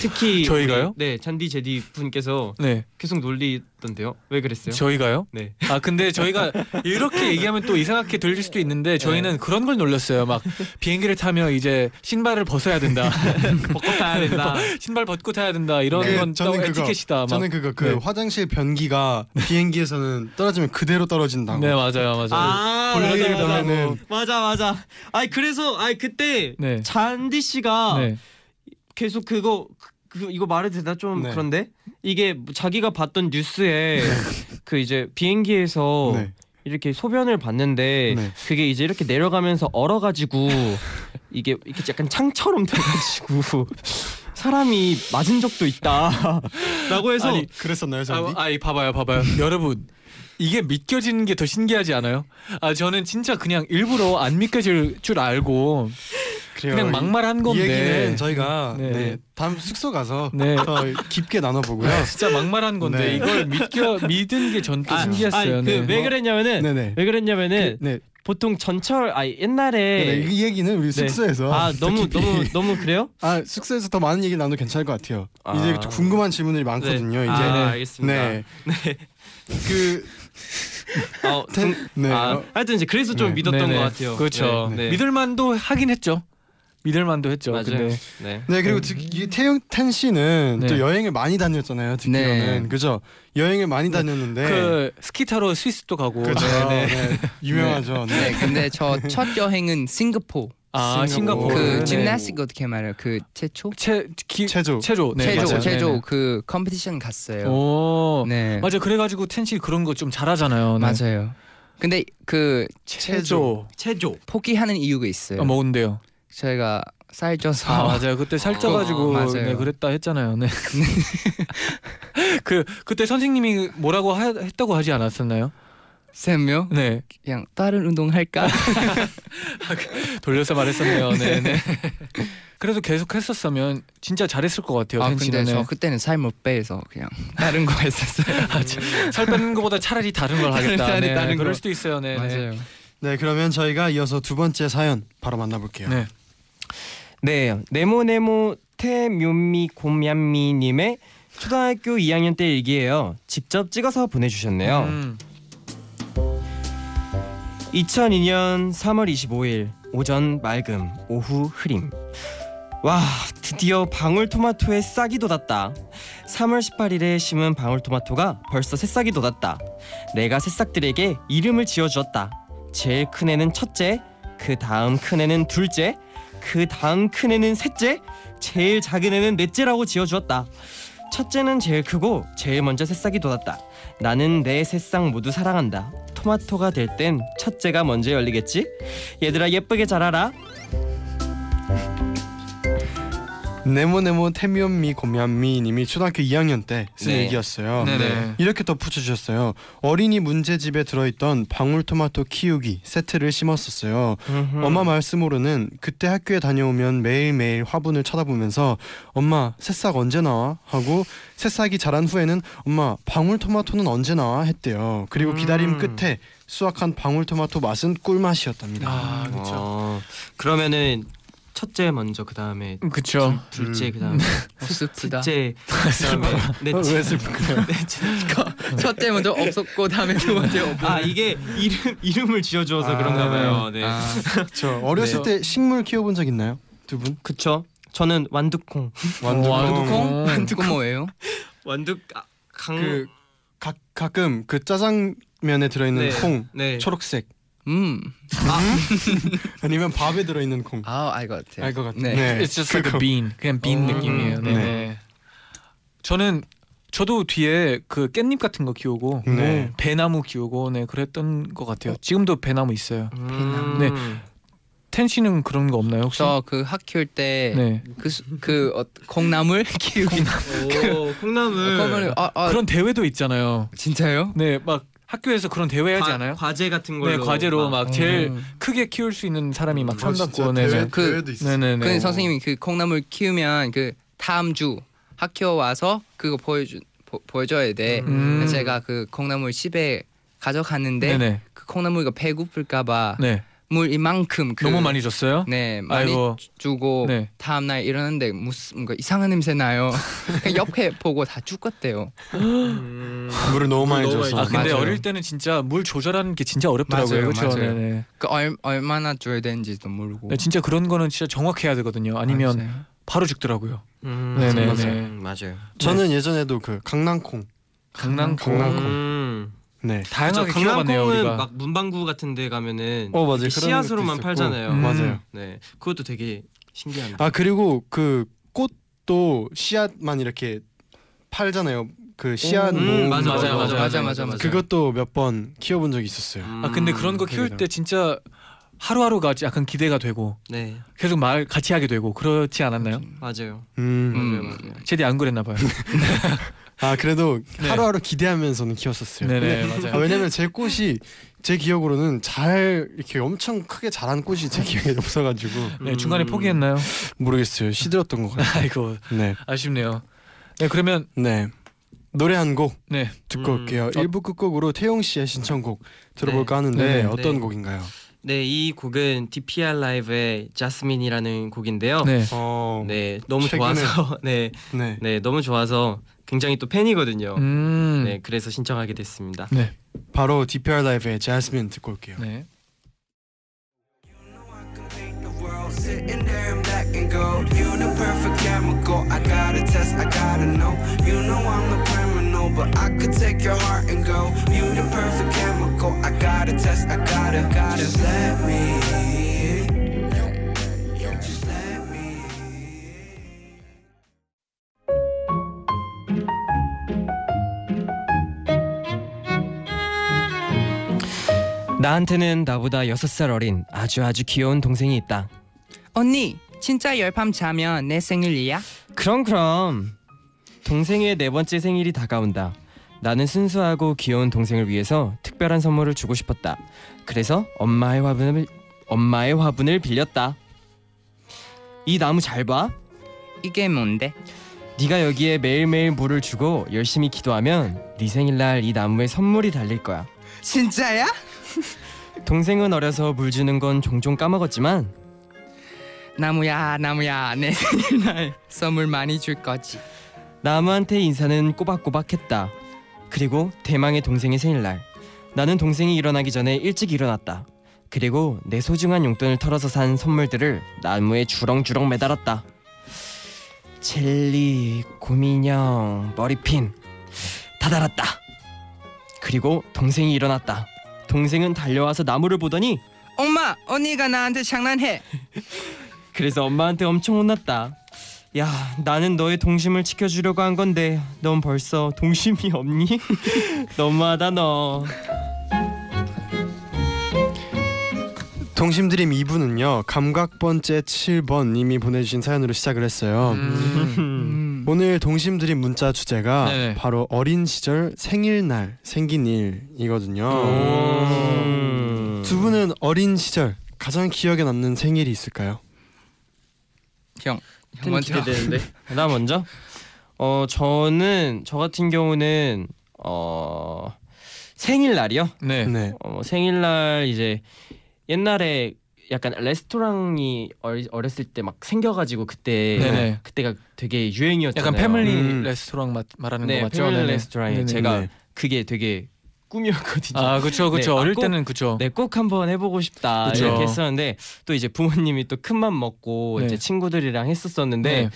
[SPEAKER 7] 특히
[SPEAKER 3] 저희가요?
[SPEAKER 7] 우리- 네 잔디 제디 분께서
[SPEAKER 3] 네,
[SPEAKER 7] 계속 놀리던데요. 왜 그랬어요?
[SPEAKER 3] 저희가요?
[SPEAKER 7] 네.
[SPEAKER 3] 아 근데 저희가 이렇게 얘기하면 또 이상하게 들릴 수도 있는데 저희는 그런 걸 놀렸어요. 막 비행기를 타면 이제 신발을 벗어야 된다,
[SPEAKER 7] 벗고 타야 된다.
[SPEAKER 3] 신발 벗고 타야 된다 이런
[SPEAKER 2] 네,
[SPEAKER 3] 건
[SPEAKER 2] 저는
[SPEAKER 3] 또
[SPEAKER 2] 그거-
[SPEAKER 3] 에티켓이다. 막.
[SPEAKER 2] 저는 그거 그
[SPEAKER 3] 네.
[SPEAKER 2] 화장실 변기가 비행기에서는 떨어지면 그대로 떨어진다고. 네.
[SPEAKER 3] 네 맞아요, 맞아요.
[SPEAKER 7] 아
[SPEAKER 2] 볼일
[SPEAKER 7] 맞아, 맞아.
[SPEAKER 2] 나면은.
[SPEAKER 7] 맞아 맞아. 아니 그래서 아니 그때
[SPEAKER 3] 네.
[SPEAKER 7] 잔디 씨가
[SPEAKER 3] 네.
[SPEAKER 7] 계속 그거 그- 그, 이거 말해도 되나 좀
[SPEAKER 2] 네.
[SPEAKER 7] 그런데 이게 자기가 봤던 뉴스에
[SPEAKER 3] 네.
[SPEAKER 7] 그 이제
[SPEAKER 3] 어.
[SPEAKER 7] 비행기에서
[SPEAKER 2] 네.
[SPEAKER 7] 이렇게 소변을 봤는데
[SPEAKER 2] 네.
[SPEAKER 7] 그게 이제 이렇게 내려가면서 얼어가지고 이게 이렇게 약간 창처럼 돼가지고 사람이 맞은 적도 있다라고 해서
[SPEAKER 3] 아니,
[SPEAKER 2] 그랬었나요,
[SPEAKER 3] 아,
[SPEAKER 2] 선디?
[SPEAKER 3] 아이 봐봐요, 봐봐요. 여러분 이게 믿겨지는 게 더 신기하지 않아요? 아 저는 진짜 그냥 일부러 안 믿겨질 줄 알고
[SPEAKER 2] 그래요.
[SPEAKER 3] 그냥 막말한
[SPEAKER 2] 이
[SPEAKER 3] 건데.
[SPEAKER 2] 얘기는 저희가
[SPEAKER 3] 네.
[SPEAKER 2] 네. 다음 숙소 가서
[SPEAKER 3] 네.
[SPEAKER 2] 더 깊게 나눠보고요.
[SPEAKER 3] 진짜 막말한 건데
[SPEAKER 2] 네.
[SPEAKER 3] 이걸 믿겨 믿은 게 전 또
[SPEAKER 7] 아,
[SPEAKER 3] 신기했어요.
[SPEAKER 7] 아니,
[SPEAKER 3] 네.
[SPEAKER 7] 그왜 그랬냐면은
[SPEAKER 2] 네네.
[SPEAKER 7] 왜 그랬냐면은
[SPEAKER 2] 네.
[SPEAKER 7] 보통 전철 아
[SPEAKER 2] 네.
[SPEAKER 7] 옛날에
[SPEAKER 2] 이 얘기는 우리 숙소에서
[SPEAKER 7] 아
[SPEAKER 2] 더
[SPEAKER 7] 너무
[SPEAKER 2] 깊이-
[SPEAKER 3] 네.
[SPEAKER 7] 너무 너무 그래요?
[SPEAKER 2] 아 숙소에서 더 많은 얘기 나눠도 괜찮을 것 같아요.
[SPEAKER 7] 아.
[SPEAKER 2] 이제 좀 궁금한 질문들이 많거든요.
[SPEAKER 7] 네.
[SPEAKER 2] 이제
[SPEAKER 7] 아,
[SPEAKER 2] 네.
[SPEAKER 7] 알겠습니다.
[SPEAKER 2] 네. 그
[SPEAKER 7] 어,
[SPEAKER 2] 텐, 네.
[SPEAKER 7] 아,
[SPEAKER 2] 어,
[SPEAKER 7] 하여튼 이제 그래서 좀
[SPEAKER 2] 네.
[SPEAKER 7] 믿었던
[SPEAKER 3] 네네.
[SPEAKER 7] 것 같아요.
[SPEAKER 3] 그렇죠.
[SPEAKER 7] 네, 네.
[SPEAKER 3] 믿을만도 하긴 했죠. 믿을만도 했죠.
[SPEAKER 7] 맞아요.
[SPEAKER 3] 근데
[SPEAKER 7] 네.
[SPEAKER 2] 네 그리고 특- 이 태영 텐 씨는
[SPEAKER 3] 네.
[SPEAKER 2] 또 여행을 많이 다녔잖아요. 듣기로는
[SPEAKER 6] 네.
[SPEAKER 2] 그죠? 여행을 많이 다녔는데
[SPEAKER 3] 그 스키 타러 스위스도 가고.
[SPEAKER 2] 네. 그죠? 네. 유명하죠.
[SPEAKER 6] 네,
[SPEAKER 2] 네.
[SPEAKER 6] 근데 저 첫 여행은 싱가포.
[SPEAKER 3] 아
[SPEAKER 2] 싱가포르.
[SPEAKER 3] 싱가포르.
[SPEAKER 6] 그
[SPEAKER 2] 네.
[SPEAKER 6] gymnastic 어떻게 말해요? 그 최초?
[SPEAKER 3] 채 기,
[SPEAKER 2] 체조.
[SPEAKER 3] 체조. 네,
[SPEAKER 6] 최조
[SPEAKER 3] 맞아요.
[SPEAKER 6] 최조
[SPEAKER 3] 네,
[SPEAKER 6] 그
[SPEAKER 3] 네.
[SPEAKER 6] 컴피티션 갔어요.
[SPEAKER 3] 오.
[SPEAKER 6] 네.
[SPEAKER 3] 맞아 그래가지고 텐시 그런 거 좀 잘하잖아요. 네.
[SPEAKER 6] 맞아요. 근데 그
[SPEAKER 3] 체조.
[SPEAKER 7] 체조.
[SPEAKER 6] 포기하는 이유가 있어요.
[SPEAKER 3] 아, 뭔데요?
[SPEAKER 6] 저희가 살쪄서
[SPEAKER 3] 아 맞아요. 그때
[SPEAKER 7] 어,
[SPEAKER 3] 살쪄가지고
[SPEAKER 6] 맞아요.
[SPEAKER 3] 네, 그랬다 했잖아요. 네. 그 그때 선생님이 뭐라고 하, 했다고 하지 않았었나요?
[SPEAKER 6] 쌤요
[SPEAKER 3] 네
[SPEAKER 6] 그냥 다른 운동
[SPEAKER 3] 아,
[SPEAKER 6] 할까? 아,
[SPEAKER 3] 돌려서 말했었네요. 네. 네. 그래도 계속 했었으면 진짜 잘했을 것 같아요.
[SPEAKER 6] 아
[SPEAKER 3] 텐시는.
[SPEAKER 6] 근데
[SPEAKER 3] 네.
[SPEAKER 6] 저 그때는 살 못 빼서 그냥 다른 거 했었어요.
[SPEAKER 3] 아, 살 빼는 것보다 차라리 다른 걸 하겠다.
[SPEAKER 6] 차라리
[SPEAKER 3] 네,
[SPEAKER 6] 다른
[SPEAKER 3] 그럴
[SPEAKER 6] 거.
[SPEAKER 3] 수도 있어요. 네, 네.
[SPEAKER 6] 맞아요.
[SPEAKER 2] 네 그러면 저희가 이어서 두 번째 사연 바로 만나볼게요.
[SPEAKER 3] 네.
[SPEAKER 7] 네, 네모네모 태묘미 곰얌미님의 초등학교 2학년 때 일기예요. 직접 찍어서 보내주셨네요.
[SPEAKER 3] 음,
[SPEAKER 7] 2002년 3월 25일 오전 맑음, 오후 흐림. 와, 드디어 방울토마토에 싹이 돋았다. 3월 18일에 심은 방울토마토가 벌써 새싹이 돋았다. 내가 새싹들에게 이름을 지어주었다. 제일 큰 애는 첫째, 그 다음 큰 애는 둘째, 그 다음 큰 애는 셋째, 제일 작은 애는 넷째라고 지어주었다. 첫째는 제일 크고 제일 먼저 새싹이 돋았다. 나는 내 새싹 모두 사랑한다. 토마토가 될 땐 첫째가 먼저 열리겠지? 얘들아 예쁘게 자라라.
[SPEAKER 2] 네모네모 태미엄미 고미엄미님이 초등학교 2학년 때 쓴
[SPEAKER 7] 네.
[SPEAKER 2] 얘기였어요.
[SPEAKER 3] 네네.
[SPEAKER 2] 이렇게 덧붙여주셨어요. 어린이 문제집에 들어있던 방울토마토 키우기 세트를 심었었어요. 엄마 말씀으로는 그때 학교에 다녀오면 매일매일 화분을 쳐다보면서 엄마 새싹 언제 나와? 하고 새싹이 자란 후에는 엄마 방울토마토는 언제 나와? 했대요. 그리고 기다림
[SPEAKER 7] 음.
[SPEAKER 2] 끝에 수확한 방울토마토 맛은 꿀맛이었답니다.
[SPEAKER 3] 아 그렇죠.
[SPEAKER 7] 어, 그러면은 첫째 먼저 그 다음에
[SPEAKER 3] 그렇죠.
[SPEAKER 7] 둘째
[SPEAKER 2] 음.
[SPEAKER 7] 그 다음에
[SPEAKER 6] 어, 슬프다.
[SPEAKER 7] 셋째 그 다음에
[SPEAKER 2] 어,
[SPEAKER 7] 넷째.
[SPEAKER 2] 왜 슬픈가요?
[SPEAKER 6] 첫째 먼저 없었고 다음에 두 번째 없었고.
[SPEAKER 7] 아 이게 이름 이름을 지어줘서
[SPEAKER 2] 아,
[SPEAKER 7] 그런가 봐요. 네.
[SPEAKER 6] 아,
[SPEAKER 2] 저
[SPEAKER 3] 네.
[SPEAKER 2] 어렸을 때 식물 키워본 적 있나요? 두 분?
[SPEAKER 7] 그쵸? 저는 완두콩.
[SPEAKER 3] 완두콩.
[SPEAKER 6] 완두콩? 그건 뭐예요?
[SPEAKER 7] 완두 아, 강.
[SPEAKER 2] 그 가, 가끔 그 짜장면에 들어있는 콩
[SPEAKER 7] 네.
[SPEAKER 2] 초록색
[SPEAKER 6] 음.
[SPEAKER 2] 아니면 밥에 들어있는 콩
[SPEAKER 6] 아, 알 것 같아요.
[SPEAKER 2] 알 것 같아요.
[SPEAKER 6] 네.
[SPEAKER 3] It's just like a
[SPEAKER 2] 그거.
[SPEAKER 3] bean. 그냥 bean
[SPEAKER 7] 음,
[SPEAKER 3] 느낌이에요. 네.
[SPEAKER 2] 네.
[SPEAKER 3] 저는 저도 뒤에 그 깻잎 같은 거 키우고
[SPEAKER 2] 네. 어? 음.
[SPEAKER 3] 뭐 배나무 키우고 네 그랬던 것 같아요. 지금도 배나무 있어요.
[SPEAKER 7] 음.
[SPEAKER 3] 네. 텐 씨는 그런 거 없나요 혹시?
[SPEAKER 6] 저 그 학교
[SPEAKER 3] 네.
[SPEAKER 6] 때그그 어, 콩나물 키우기
[SPEAKER 8] 오, 콩나물.
[SPEAKER 6] 콩나물 아, 아
[SPEAKER 3] 그런 대회도 있잖아요.
[SPEAKER 6] 진짜요?
[SPEAKER 3] 네, 막 학교에서 그런 대회 하지
[SPEAKER 8] 과-
[SPEAKER 3] 않아요?
[SPEAKER 8] 과제 같은 걸로.
[SPEAKER 3] 네, 과제로 막 제일
[SPEAKER 6] 음.
[SPEAKER 3] 크게 키울 수 있는 사람이 막 산다고.
[SPEAKER 2] 네,
[SPEAKER 3] 네네.
[SPEAKER 2] 대회,
[SPEAKER 6] 그-
[SPEAKER 2] 대회도 있어.
[SPEAKER 3] 네네네.
[SPEAKER 6] 그 선생님이 그 콩나물 키우면 그 다음 주 학교 와서 그거 보여주 보, 보여줘야 돼.
[SPEAKER 3] 음.
[SPEAKER 6] 제가 그 콩나물 집에 가져갔는데
[SPEAKER 3] 네네.
[SPEAKER 6] 그 콩나물이가 배고플까봐
[SPEAKER 3] 네.
[SPEAKER 6] 물 이만큼 그
[SPEAKER 3] 너무 많이 줬어요?
[SPEAKER 6] 네 많이
[SPEAKER 3] 아이고.
[SPEAKER 6] 주- 주고
[SPEAKER 3] 네.
[SPEAKER 6] 다음 날 일어났는데 무슨 뭔가 이상한 냄새 나요. 그냥 옆에 보고 다 죽었대요.
[SPEAKER 8] 음.
[SPEAKER 2] 물을 너무 많이
[SPEAKER 8] 너무 많이
[SPEAKER 2] 줘서
[SPEAKER 3] 아 근데
[SPEAKER 6] 맞아요.
[SPEAKER 3] 어릴 때는 진짜 물 조절하는 게 진짜 어렵더라고요.
[SPEAKER 6] 맞아요,
[SPEAKER 3] 그렇죠.
[SPEAKER 6] 맞아요.
[SPEAKER 3] 네네.
[SPEAKER 6] 그 얼, 얼마나 줘야 되는지도 모르고.
[SPEAKER 3] 네, 진짜 그런 거는 진짜 정확해야 되거든요. 아니면
[SPEAKER 6] 맞아요.
[SPEAKER 3] 바로 죽더라고요.
[SPEAKER 8] 음,
[SPEAKER 2] 그,
[SPEAKER 3] 네네네.
[SPEAKER 8] 맞아요. 맞아요.
[SPEAKER 2] 저는 예전에도 그 강낭콩
[SPEAKER 3] 강낭콩.
[SPEAKER 2] 강낭콩.
[SPEAKER 8] 음.
[SPEAKER 2] 네.
[SPEAKER 3] 다양하게
[SPEAKER 8] 그쵸,
[SPEAKER 3] 키워봤네요
[SPEAKER 8] 강낭콩은
[SPEAKER 3] 우리가.
[SPEAKER 8] 막 문방구 같은 데 가면은
[SPEAKER 2] 어 맞아요.
[SPEAKER 8] 이렇게
[SPEAKER 2] 그런
[SPEAKER 8] 씨앗으로만
[SPEAKER 2] 것도 있었고.
[SPEAKER 8] 팔잖아요.
[SPEAKER 3] 음.
[SPEAKER 2] 맞아요.
[SPEAKER 8] 네. 그것도 되게 신기합니다.
[SPEAKER 2] 아 그리고 그 꽃도 씨앗만 이렇게 팔잖아요. 그 씨앗
[SPEAKER 8] 음,
[SPEAKER 2] 모으는
[SPEAKER 8] 맞아
[SPEAKER 2] 거.
[SPEAKER 8] 맞아 맞아
[SPEAKER 6] 맞아, 맞아, 맞아.
[SPEAKER 2] 그것도 몇 번 키워본 적이 있었어요.
[SPEAKER 8] 음.
[SPEAKER 3] 아 근데 그런 거 키울
[SPEAKER 2] 되게
[SPEAKER 3] 때 진짜 하루하루가 약간 기대가 되고
[SPEAKER 8] 네.
[SPEAKER 3] 계속 말 같이 하게 되고 그렇지 않았나요?
[SPEAKER 8] 맞아요.
[SPEAKER 2] 음.
[SPEAKER 6] 음.
[SPEAKER 8] 맞아요. 맞아요.
[SPEAKER 3] 제디 안 그랬나 봐요.
[SPEAKER 2] 아 그래도
[SPEAKER 3] 네.
[SPEAKER 2] 하루하루 기대하면서는 키웠었어요.
[SPEAKER 3] 네네
[SPEAKER 2] 아,
[SPEAKER 3] 맞아요.
[SPEAKER 2] 왜냐면 제 꽃이 제 기억으로는 잘 이렇게 엄청 크게 자란 꽃이 제 기억에 없어가지고
[SPEAKER 3] 네 중간에
[SPEAKER 8] 음.
[SPEAKER 3] 포기했나요?
[SPEAKER 2] 모르겠어요. 시들었던 것 같아요.
[SPEAKER 3] 아이고
[SPEAKER 2] 네,
[SPEAKER 3] 아쉽네요. 네 그러면
[SPEAKER 2] 네. 노래 한 곡
[SPEAKER 3] 네
[SPEAKER 2] 듣고
[SPEAKER 8] 음.
[SPEAKER 2] 올게요.
[SPEAKER 3] 어.
[SPEAKER 2] 1부 끝곡으로 태용 씨의 신청곡 들어볼까 하는데
[SPEAKER 3] 네네.
[SPEAKER 2] 어떤
[SPEAKER 8] 네.
[SPEAKER 2] 곡인가요?
[SPEAKER 8] 네, 이 곡은 DPR 라이브의 자스민이라는 곡인데요. 네.
[SPEAKER 3] 네.
[SPEAKER 2] 어, 네.
[SPEAKER 8] 너무
[SPEAKER 2] 최근에-
[SPEAKER 8] 좋아서 네. 네, 너무 좋아서 굉장히 또
[SPEAKER 7] 어.
[SPEAKER 8] 팬이거든요.
[SPEAKER 3] 음.
[SPEAKER 8] 네, 그래서 신청하게 됐습니다.
[SPEAKER 2] 바로 DPR 라이브의 Jasmine 듣고 올게요.
[SPEAKER 3] 네.
[SPEAKER 9] Sitting there in black and gold. You the perfect chemical. I gotta test, I gotta know. You know I'm a criminal, but I could take your heart and go. You the perfect chemical. I gotta test, I gotta, gotta. Just let me. Just let me.
[SPEAKER 7] 나한테는 나보다 6살 어린 아주 아주 귀여운 동생이 있다.
[SPEAKER 6] 언니 진짜 열밤 자면 내 생일이야?
[SPEAKER 7] 그럼 그럼 동생의 네 번째 생일이 다가온다. 나는 순수하고 귀여운 동생을 위해서 특별한 선물을 주고 싶었다. 그래서 엄마의 화분을 엄마의 화분을 빌렸다. 이 나무 잘 봐.
[SPEAKER 6] 이게 뭔데?
[SPEAKER 7] 네가 여기에 매일매일 물을 주고 열심히 기도하면 네 생일날 이 나무에 선물이 달릴 거야.
[SPEAKER 6] 진짜야?
[SPEAKER 7] 동생은 어려서 물 주는 건 종종 까먹었지만
[SPEAKER 6] 나무야 나무야 내 생일날 선물 많이 줄 거지.
[SPEAKER 7] 나무한테 인사는 꼬박꼬박 했다. 그리고 대망의 동생의 생일날. 나는 동생이 일어나기 전에 일찍 일어났다. 그리고 내 소중한 용돈을 털어서 산 선물들을 나무에 주렁주렁 매달았다. 젤리, 곰인형, 머리핀 다 달았다. 그리고 동생이 일어났다. 동생은 달려와서 나무를 보더니
[SPEAKER 6] 엄마 언니가 나한테 장난해.
[SPEAKER 7] 그래서 엄마한테 엄청 혼났다. 야, 나는 너의 동심을 지켜주려고 한 건데 넌 벌써 동심이 없니? 너무하다 너.
[SPEAKER 2] 동심드림 2부는요. 감각번째 7번 님이 보내주신 사연으로 시작을 했어요.
[SPEAKER 3] 뭐
[SPEAKER 6] 음.
[SPEAKER 2] 오늘 동심드림 문자 주제가
[SPEAKER 3] 네네.
[SPEAKER 2] 바로 어린 시절 생일날 생긴 일이거든요.
[SPEAKER 7] 음.
[SPEAKER 2] 두 분은 어린 시절 가장 기억에 남는 생일이 있을까요?
[SPEAKER 6] 형
[SPEAKER 8] 팬
[SPEAKER 6] 먼저.
[SPEAKER 8] 기대되는데.
[SPEAKER 3] 아,
[SPEAKER 7] 나 먼저. 어, 저는 저 같은 경우는 어 생일날이요.
[SPEAKER 3] 네.
[SPEAKER 2] 네.
[SPEAKER 7] 어, 생일날 이제 옛날에 약간 레스토랑이 어리- 어렸을 때 막 생겨가지고 그때
[SPEAKER 3] 네네.
[SPEAKER 7] 그때가 되게 유행이었잖아요.
[SPEAKER 3] 약간 패밀리
[SPEAKER 2] 음.
[SPEAKER 3] 레스토랑 마, 말하는
[SPEAKER 7] 네,
[SPEAKER 3] 거 맞죠?
[SPEAKER 7] 패밀리
[SPEAKER 3] 네네.
[SPEAKER 7] 레스토랑이
[SPEAKER 3] 네네.
[SPEAKER 7] 제가
[SPEAKER 2] 네.
[SPEAKER 7] 그게 되게 꿈이었거든요.
[SPEAKER 3] 아 그렇죠 그렇죠
[SPEAKER 7] 네,
[SPEAKER 3] 어릴
[SPEAKER 7] 맞고-
[SPEAKER 3] 때는 그렇죠.
[SPEAKER 7] 네, 꼭 한번 해보고 싶다
[SPEAKER 3] 그쵸.
[SPEAKER 7] 이렇게 했었는데 또 이제 부모님이 또 큰맘 먹고
[SPEAKER 3] 네.
[SPEAKER 7] 이제 친구들이랑 했었었는데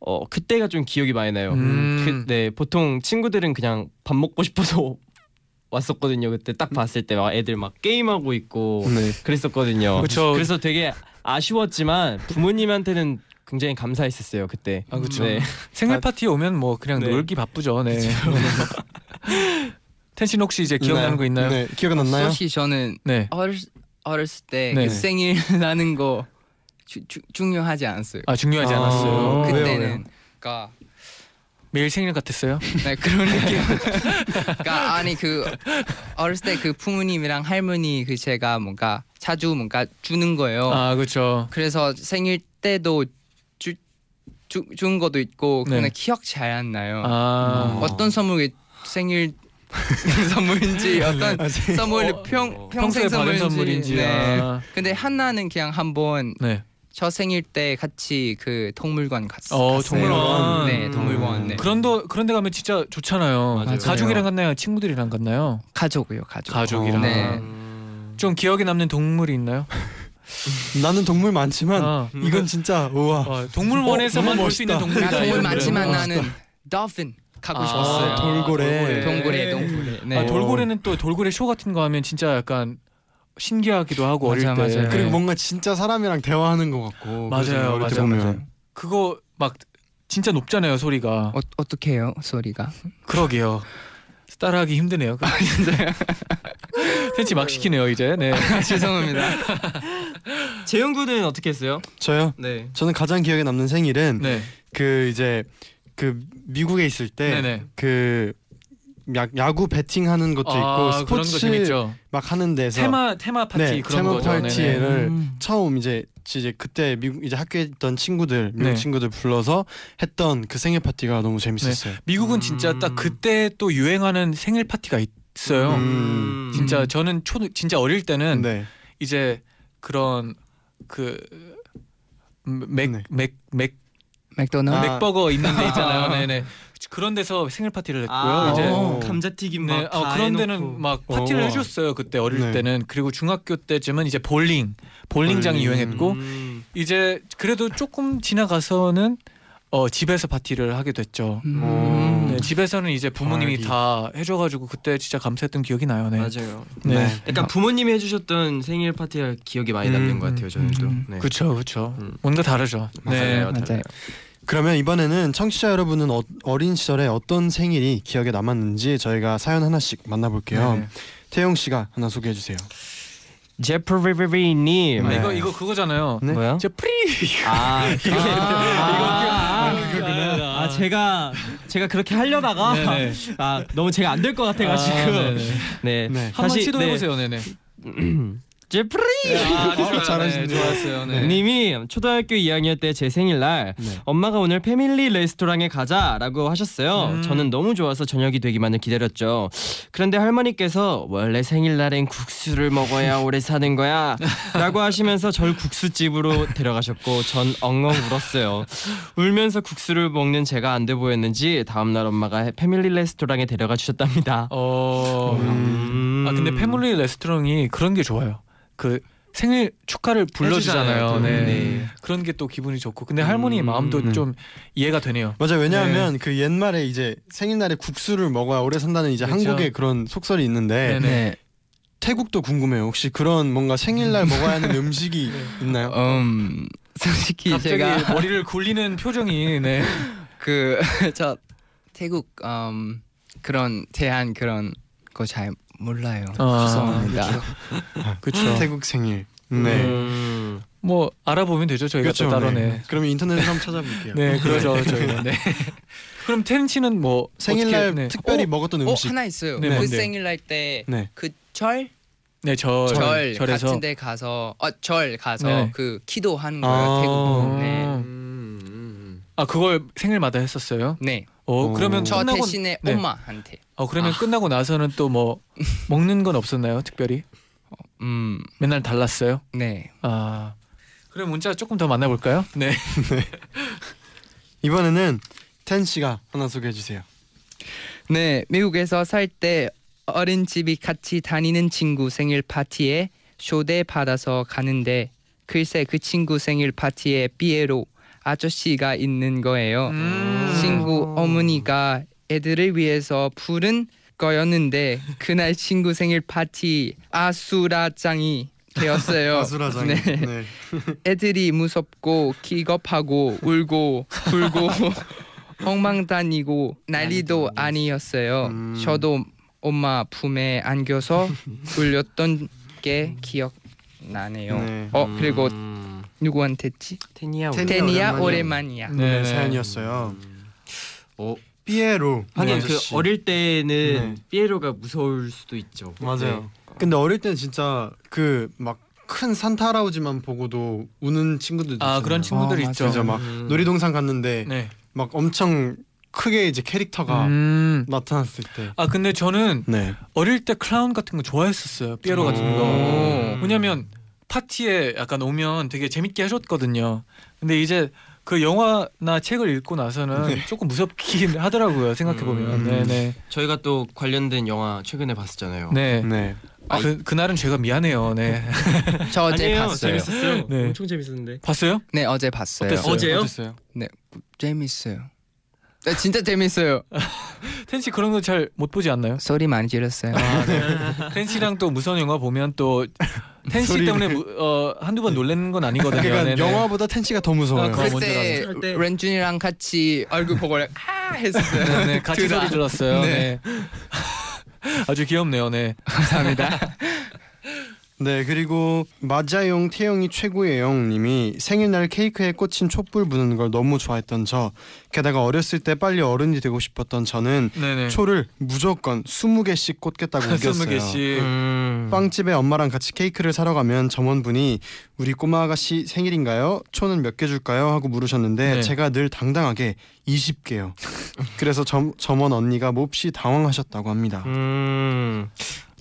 [SPEAKER 7] 어 그때가 좀 기억이 많이 나요.
[SPEAKER 3] 음.
[SPEAKER 7] 그때 네, 보통 친구들은 그냥 밥 먹고 싶어서 왔었거든요. 그때 딱 봤을 때 막 애들 막 게임하고 있고
[SPEAKER 2] 네.
[SPEAKER 7] 그랬었거든요.
[SPEAKER 3] 그쵸.
[SPEAKER 7] 그래서 되게 아쉬웠지만 부모님한테는 굉장히 감사했었어요 그때.
[SPEAKER 3] 아 그렇죠.
[SPEAKER 7] 네.
[SPEAKER 3] 생일 파티 오면 뭐 그냥
[SPEAKER 7] 네.
[SPEAKER 3] 놀기 바쁘죠. 네. 텐신 혹시 이제 기억나는
[SPEAKER 2] 네.
[SPEAKER 3] 거 있나요? 네.
[SPEAKER 2] 네. 기억이 났나요?
[SPEAKER 6] 사실 저는
[SPEAKER 3] 네.
[SPEAKER 6] 어릴 어렸을 때
[SPEAKER 3] 네.
[SPEAKER 6] 그 생일 나는 거 주, 주, 중요하지 않았어요.
[SPEAKER 3] 아 중요하지
[SPEAKER 2] 아,
[SPEAKER 3] 않았어요.
[SPEAKER 2] 어, 왜요, 왜요?
[SPEAKER 6] 그때는 그러니까
[SPEAKER 3] 매일 생일 같았어요.
[SPEAKER 6] 네, 그런 느낌. 그러니까 아니 그 어렸을 때 그 부모님이랑 할머니 그 제가 뭔가 자주 뭔가 주는 거예요.
[SPEAKER 3] 아 그렇죠.
[SPEAKER 6] 그래서 생일 때도 주, 주, 준 것도 있고 근데
[SPEAKER 3] 네.
[SPEAKER 6] 기억 잘 안 나요.
[SPEAKER 3] 아
[SPEAKER 6] 어떤 선물이 생일 선물인지 어떤
[SPEAKER 2] 아,
[SPEAKER 6] 선물
[SPEAKER 3] 네. 어,
[SPEAKER 6] 평
[SPEAKER 3] 평소에
[SPEAKER 6] 평생
[SPEAKER 3] 받은
[SPEAKER 6] 선물인지.
[SPEAKER 3] 선물인지.
[SPEAKER 6] 네.
[SPEAKER 3] 아,
[SPEAKER 6] 근데 한나는 그냥 한번
[SPEAKER 3] 네.
[SPEAKER 6] 저 생일 때 같이 그 동물관 갔,
[SPEAKER 3] 어,
[SPEAKER 6] 갔어요.
[SPEAKER 3] 동물원.
[SPEAKER 6] 네, 동물원. 네.
[SPEAKER 3] 그런데 그런데 가면 진짜 좋잖아요.
[SPEAKER 10] 맞아요.
[SPEAKER 3] 가족이랑 갔나요? 친구들이랑 갔나요?
[SPEAKER 6] 가족이요, 가족.
[SPEAKER 3] 가족이랑. 아.
[SPEAKER 6] 네.
[SPEAKER 3] 좀 기억에 남는 동물이 있나요?
[SPEAKER 11] 나는 동물 많지만
[SPEAKER 3] 아,
[SPEAKER 11] 이건 진짜 우와.
[SPEAKER 3] 어, 동물원에서만 볼 수 있는 동물이다.
[SPEAKER 6] 나 아, 동물
[SPEAKER 3] 이런
[SPEAKER 6] 많지만
[SPEAKER 3] 거예요.
[SPEAKER 6] 나는 dolphin 가고
[SPEAKER 3] 아, 네.
[SPEAKER 6] 싶었어요.
[SPEAKER 11] 돌고래.
[SPEAKER 6] 동굴에 동굴에. 네.
[SPEAKER 3] 아, 돌고래는 또 돌고래 쇼 같은 거 하면 진짜 약간 신기하기도 하고 어릴
[SPEAKER 6] 맞아,
[SPEAKER 3] 때
[SPEAKER 6] 맞아요.
[SPEAKER 11] 그리고
[SPEAKER 6] 네.
[SPEAKER 11] 뭔가 진짜 사람이랑 대화하는 것 같고.
[SPEAKER 3] 맞아요,
[SPEAKER 11] 그러잖아요, 어릴 때
[SPEAKER 3] 맞아요,
[SPEAKER 11] 보면.
[SPEAKER 2] 맞아요.
[SPEAKER 3] 그거 막 진짜 높잖아요 소리가.
[SPEAKER 6] 어, 어떻게 해요 소리가?
[SPEAKER 3] 그러게요. 따라하기 힘드네요. 텐치 막 시키네요 이제.
[SPEAKER 6] 아,
[SPEAKER 3] 네.
[SPEAKER 6] 죄송합니다.
[SPEAKER 10] 재영 군은 어떻게 했어요?
[SPEAKER 11] 저요.
[SPEAKER 10] 네.
[SPEAKER 11] 저는 가장 기억에 남는 생일은
[SPEAKER 3] 네.
[SPEAKER 11] 그 이제 그 미국에 있을
[SPEAKER 3] 네네.
[SPEAKER 11] 때 그 야구 배팅하는 것도 있고
[SPEAKER 3] 아, 그런 거
[SPEAKER 11] 스포츠
[SPEAKER 3] 재밌죠.
[SPEAKER 11] 막 하는 데서
[SPEAKER 3] 테마 테마 파티
[SPEAKER 11] 네,
[SPEAKER 3] 그런
[SPEAKER 11] 테마
[SPEAKER 3] 거죠.
[SPEAKER 11] 파티에
[SPEAKER 3] 네네.
[SPEAKER 11] 를 처음 이제 이제 그때 미국 이제 학교에 있던 친구들 미국
[SPEAKER 3] 네.
[SPEAKER 11] 친구들 불러서 했던 그 생일 파티가 너무 재밌었어요.
[SPEAKER 3] 미국은 진짜 딱 그때 또 유행하는 생일 파티가 있어요.
[SPEAKER 11] 음.
[SPEAKER 3] 진짜 저는 초 진짜 어릴 때는
[SPEAKER 11] 네.
[SPEAKER 3] 이제 그런 그맥맥맥
[SPEAKER 11] 네.
[SPEAKER 6] 맥도날드.
[SPEAKER 11] 아.
[SPEAKER 3] 맥버거 있는 데 있잖아요. 네네. 그런 데서 생일 파티를 했고요.
[SPEAKER 10] 아,
[SPEAKER 3] 이제
[SPEAKER 7] 뭐
[SPEAKER 11] 어.
[SPEAKER 10] 감자튀김 막
[SPEAKER 3] 네,
[SPEAKER 10] 다
[SPEAKER 3] 어, 그런
[SPEAKER 10] 해놓고.
[SPEAKER 3] 데는 막 파티를
[SPEAKER 11] 어.
[SPEAKER 3] 해줬어요 그때 어릴
[SPEAKER 11] 네.
[SPEAKER 3] 때는 그리고 중학교 때쯤은 이제 볼링 볼링장이
[SPEAKER 11] 볼링.
[SPEAKER 3] 유행했고
[SPEAKER 10] 음.
[SPEAKER 3] 이제 그래도 조금 지나가서는 어, 집에서 파티를 하게 됐죠.
[SPEAKER 6] 음.
[SPEAKER 3] 네, 집에서는 이제 부모님이
[SPEAKER 11] 파티.
[SPEAKER 3] 다 해줘가지고 그때 진짜 감사했던 기억이 나요. 네.
[SPEAKER 10] 맞아요.
[SPEAKER 3] 네.
[SPEAKER 10] 약간 부모님이 해주셨던 생일 파티가 기억에 많이 남는
[SPEAKER 11] 음,
[SPEAKER 10] 것 같아요. 저는 또. 네.
[SPEAKER 3] 그렇죠, 그렇죠.
[SPEAKER 10] 음.
[SPEAKER 3] 뭔가 다르죠.
[SPEAKER 10] 맞아요,
[SPEAKER 3] 네.
[SPEAKER 10] 맞아요.
[SPEAKER 11] 그러면 이번에는 청취자 여러분은 어, 어린 시절에 어떤 생일이 기억에 남았는지 저희가 사연 하나씩 만나볼게요.
[SPEAKER 3] 네.
[SPEAKER 11] 태용 씨가 하나 소개해 주세요.
[SPEAKER 7] 제프리리 님.
[SPEAKER 3] 아,
[SPEAKER 11] 네.
[SPEAKER 3] 이거 이거 그거잖아요.
[SPEAKER 11] 네.
[SPEAKER 7] 뭐야?
[SPEAKER 3] 저 프리.
[SPEAKER 7] 아, 이거
[SPEAKER 3] 아,
[SPEAKER 7] 아,
[SPEAKER 3] 이거 그거구나.
[SPEAKER 7] 아, 제가 제가 그렇게 하려다가
[SPEAKER 3] 네네.
[SPEAKER 7] 아, 너무 제가 안 될 것 같아 가지고.
[SPEAKER 3] 아, 네네.
[SPEAKER 7] 네.
[SPEAKER 11] 네.
[SPEAKER 7] 다시,
[SPEAKER 3] 한번 시도해
[SPEAKER 7] 네.
[SPEAKER 3] 보세요. 네네.
[SPEAKER 7] 제프리
[SPEAKER 3] 아,
[SPEAKER 11] 잘하시네요.
[SPEAKER 3] 좋았어요. 네.
[SPEAKER 7] 님이 초등학교 2학년 때 제 생일날
[SPEAKER 11] 네.
[SPEAKER 7] 엄마가 오늘 패밀리 레스토랑에 가자라고 하셨어요.
[SPEAKER 3] 음.
[SPEAKER 7] 저는 너무 좋아서 저녁이 되기만을 기다렸죠. 그런데 할머니께서 원래 생일날엔 국수를 먹어야 오래 사는 거야라고 하시면서 절 국수집으로 데려가셨고 전 엉엉 울었어요. 울면서 국수를 먹는 제가 안 돼 보였는지 다음 날 엄마가 패밀리 레스토랑에 데려가 주셨답니다.
[SPEAKER 3] 어.
[SPEAKER 7] 음.
[SPEAKER 3] 아 근데 패밀리 레스토랑이 그런 게 좋아요. 그 생일 축하를 불러주잖아요.
[SPEAKER 10] 해주잖아요, 또.
[SPEAKER 3] 네.
[SPEAKER 10] 네.
[SPEAKER 3] 그런 게 또 기분이 좋고. 근데 할머니
[SPEAKER 10] 음.
[SPEAKER 3] 마음도
[SPEAKER 11] 네.
[SPEAKER 3] 좀 이해가 되네요.
[SPEAKER 11] 맞아요. 왜냐하면 그 옛말에 이제 생일날에 국수를 먹어야 오래 산다는 이제
[SPEAKER 3] 그렇죠.
[SPEAKER 11] 한국의 그런 속설이 있는데
[SPEAKER 3] 네네.
[SPEAKER 11] 태국도 궁금해요. 혹시 그런 뭔가
[SPEAKER 3] 음.
[SPEAKER 11] 생일날 먹어야 하는 음식이
[SPEAKER 3] 네.
[SPEAKER 11] 있나요?
[SPEAKER 6] 음. 솔직히
[SPEAKER 3] 갑자기
[SPEAKER 6] 제가
[SPEAKER 3] 머리를 굴리는 표정이 네.
[SPEAKER 6] 그 저 태국 음, 그런 대한 그런 거 잘 몰라요.
[SPEAKER 3] 아,
[SPEAKER 6] 죄송합니다.
[SPEAKER 3] 그렇죠.
[SPEAKER 11] 태국 생일. 네.
[SPEAKER 10] 음.
[SPEAKER 3] 뭐 알아보면 되죠. 저희가
[SPEAKER 11] 그렇죠.
[SPEAKER 3] 또 따로
[SPEAKER 11] 네.
[SPEAKER 3] 네.
[SPEAKER 11] 그러면 인터넷에서 한번 찾아볼게요.
[SPEAKER 3] 네, 그러죠. 저희가. 네. 그럼 텐치는 뭐
[SPEAKER 11] 생일날
[SPEAKER 3] 어떻게, 네.
[SPEAKER 11] 특별히
[SPEAKER 6] 어?
[SPEAKER 11] 먹었던
[SPEAKER 6] 어
[SPEAKER 11] 음식.
[SPEAKER 6] 하나 있어요.
[SPEAKER 3] 네,
[SPEAKER 6] 그
[SPEAKER 3] 뭔데요?
[SPEAKER 6] 생일날 때
[SPEAKER 11] 네.
[SPEAKER 6] 그절
[SPEAKER 3] 네, 절,
[SPEAKER 6] 절,
[SPEAKER 3] 절에서
[SPEAKER 6] 같은데 가서 어 절 가서
[SPEAKER 3] 네.
[SPEAKER 6] 그 기도하는
[SPEAKER 11] 아.
[SPEAKER 6] 거예요 태국.
[SPEAKER 3] 음.
[SPEAKER 6] 네.
[SPEAKER 10] 음, 음,
[SPEAKER 3] 아, 그걸 생일마다 했었어요.
[SPEAKER 6] 네.
[SPEAKER 3] 어,
[SPEAKER 11] 오.
[SPEAKER 3] 그러면
[SPEAKER 6] 저
[SPEAKER 3] 끝나고
[SPEAKER 6] 대신에 아.
[SPEAKER 3] 네.
[SPEAKER 6] 엄마한테.
[SPEAKER 3] 어, 그러면 끝나고 나서는 또 뭐 먹는 건 없었나요? 특별히?
[SPEAKER 6] 음.
[SPEAKER 3] 맨날 달랐어요?
[SPEAKER 6] 네.
[SPEAKER 3] 아 그럼 문자 조금 더 만나볼까요? 네.
[SPEAKER 11] 이번에는 텐 씨가 하나 소개해 주세요.
[SPEAKER 6] 네, 미국에서 살 때 어린 집이 같이 다니는 친구 생일 파티에 초대 받아서 가는데 글쎄 그 친구 생일 파티에 삐에로 아저씨가 있는 거예요.
[SPEAKER 11] 음.
[SPEAKER 6] 친구 어머니가 애들을 위해서 부른 거였는데 그날 친구 생일 파티 아수라장이 되었어요.
[SPEAKER 11] 아수라장.
[SPEAKER 6] 네.
[SPEAKER 11] 네.
[SPEAKER 6] 애들이 무섭고 기겁하고 울고 불고 엉망다니고 난리도 아니었어요.
[SPEAKER 11] 음.
[SPEAKER 6] 저도 엄마 품에 안겨서 울렸던 게 기억 나네요.
[SPEAKER 11] 네.
[SPEAKER 6] 어 그리고
[SPEAKER 7] 음,
[SPEAKER 6] 누구한테 했지?
[SPEAKER 7] 테니야
[SPEAKER 11] 테니-
[SPEAKER 7] 오랜.
[SPEAKER 6] 데니야
[SPEAKER 11] 오랜만이야.
[SPEAKER 6] 오랜만이야.
[SPEAKER 11] 네,
[SPEAKER 3] 네.
[SPEAKER 11] 사연이었어요.
[SPEAKER 7] 어,
[SPEAKER 11] 삐에로 네,
[SPEAKER 7] 하긴 그
[SPEAKER 11] 아저씨.
[SPEAKER 7] 어릴 때는
[SPEAKER 11] 네.
[SPEAKER 7] 피에로가 무서울 수도 있죠.
[SPEAKER 11] 맞아요. 근데 어릴 때는 진짜 그 막 큰 산타 할아버지만 보고도 우는 친구들도
[SPEAKER 3] 아
[SPEAKER 11] 있잖아요.
[SPEAKER 3] 그런 친구들
[SPEAKER 2] 아,
[SPEAKER 3] 있죠.
[SPEAKER 11] 맞아, 맞아. 막
[SPEAKER 7] 음.
[SPEAKER 11] 놀이동산 갔는데
[SPEAKER 3] 네.
[SPEAKER 11] 막 엄청 크게 이제 캐릭터가
[SPEAKER 3] 음.
[SPEAKER 11] 나타났을 때.
[SPEAKER 3] 아 근데 저는
[SPEAKER 11] 네.
[SPEAKER 3] 어릴 때 클라운 같은 거 좋아했었어요. 삐에로 같은 거.
[SPEAKER 7] 음.
[SPEAKER 3] 왜냐면 파티에 약간 오면 되게 재밌게 하셨거든요. 근데 이제 그 영화나 책을 읽고 나서는 조금 무섭긴 하더라고요. 생각해 보면.
[SPEAKER 11] 음.
[SPEAKER 3] 네네.
[SPEAKER 7] 저희가 또 관련된 영화 최근에 봤었잖아요.
[SPEAKER 3] 네.
[SPEAKER 11] 네.
[SPEAKER 3] 아, 그 그날은 제가 미안해요. 네.
[SPEAKER 6] 저 어제
[SPEAKER 7] 아니에요.
[SPEAKER 6] 봤어요.
[SPEAKER 7] 재밌었어요.
[SPEAKER 3] 네.
[SPEAKER 7] 엄청 재밌었는데.
[SPEAKER 3] 봤어요?
[SPEAKER 6] 네 어제 봤어요.
[SPEAKER 3] 어땠어요?
[SPEAKER 7] 어제요?
[SPEAKER 3] 어땠어요?
[SPEAKER 6] 재밌어요. 네, 진짜 재밌어요.
[SPEAKER 3] 텐씨 그런 거 잘 못 보지 않나요?
[SPEAKER 6] 소리 많이 질렀어요.
[SPEAKER 3] 아, 네. 텐씨랑 또 무서운 영화 보면 또 텐씨
[SPEAKER 11] 소리를-
[SPEAKER 3] 때문에 무, 어, 한두 번 놀라는 건 아니거든요.
[SPEAKER 11] 그러니까
[SPEAKER 3] 네네.
[SPEAKER 11] 영화보다 텐치가 더 무서워요.
[SPEAKER 3] 아, 그럼- 뭔지
[SPEAKER 6] 그때
[SPEAKER 7] 알았어요. 때-
[SPEAKER 6] 런쥔이랑 같이 얼굴 보고 이렇게 아 했었어요.
[SPEAKER 3] 네, 네, 같이
[SPEAKER 6] 둘 다.
[SPEAKER 3] 소리 질렀어요.
[SPEAKER 6] 네.
[SPEAKER 3] 네. 아주 귀엽네요. 네.
[SPEAKER 6] 감사합니다.
[SPEAKER 11] 네 그리고 마자용 태영이 최고예영님이 생일날 케이크에 꽂힌 촛불 부는 걸 너무 좋아했던 저 게다가 어렸을 때 빨리 어른이 되고 싶었던 저는
[SPEAKER 3] 네네.
[SPEAKER 11] 초를 무조건 20개씩
[SPEAKER 3] 스무
[SPEAKER 11] 꽂겠다고 우겼어요.
[SPEAKER 3] 개씩.
[SPEAKER 7] 음.
[SPEAKER 11] 빵집에 엄마랑 같이 케이크를 사러 가면 점원분이 우리 꼬마 아가씨 생일인가요? 초는 몇 개 줄까요? 하고 물으셨는데
[SPEAKER 3] 네.
[SPEAKER 11] 제가 늘 당당하게 20개요. 그래서 점, 점원 언니가 몹시 당황하셨다고 합니다.
[SPEAKER 7] 음.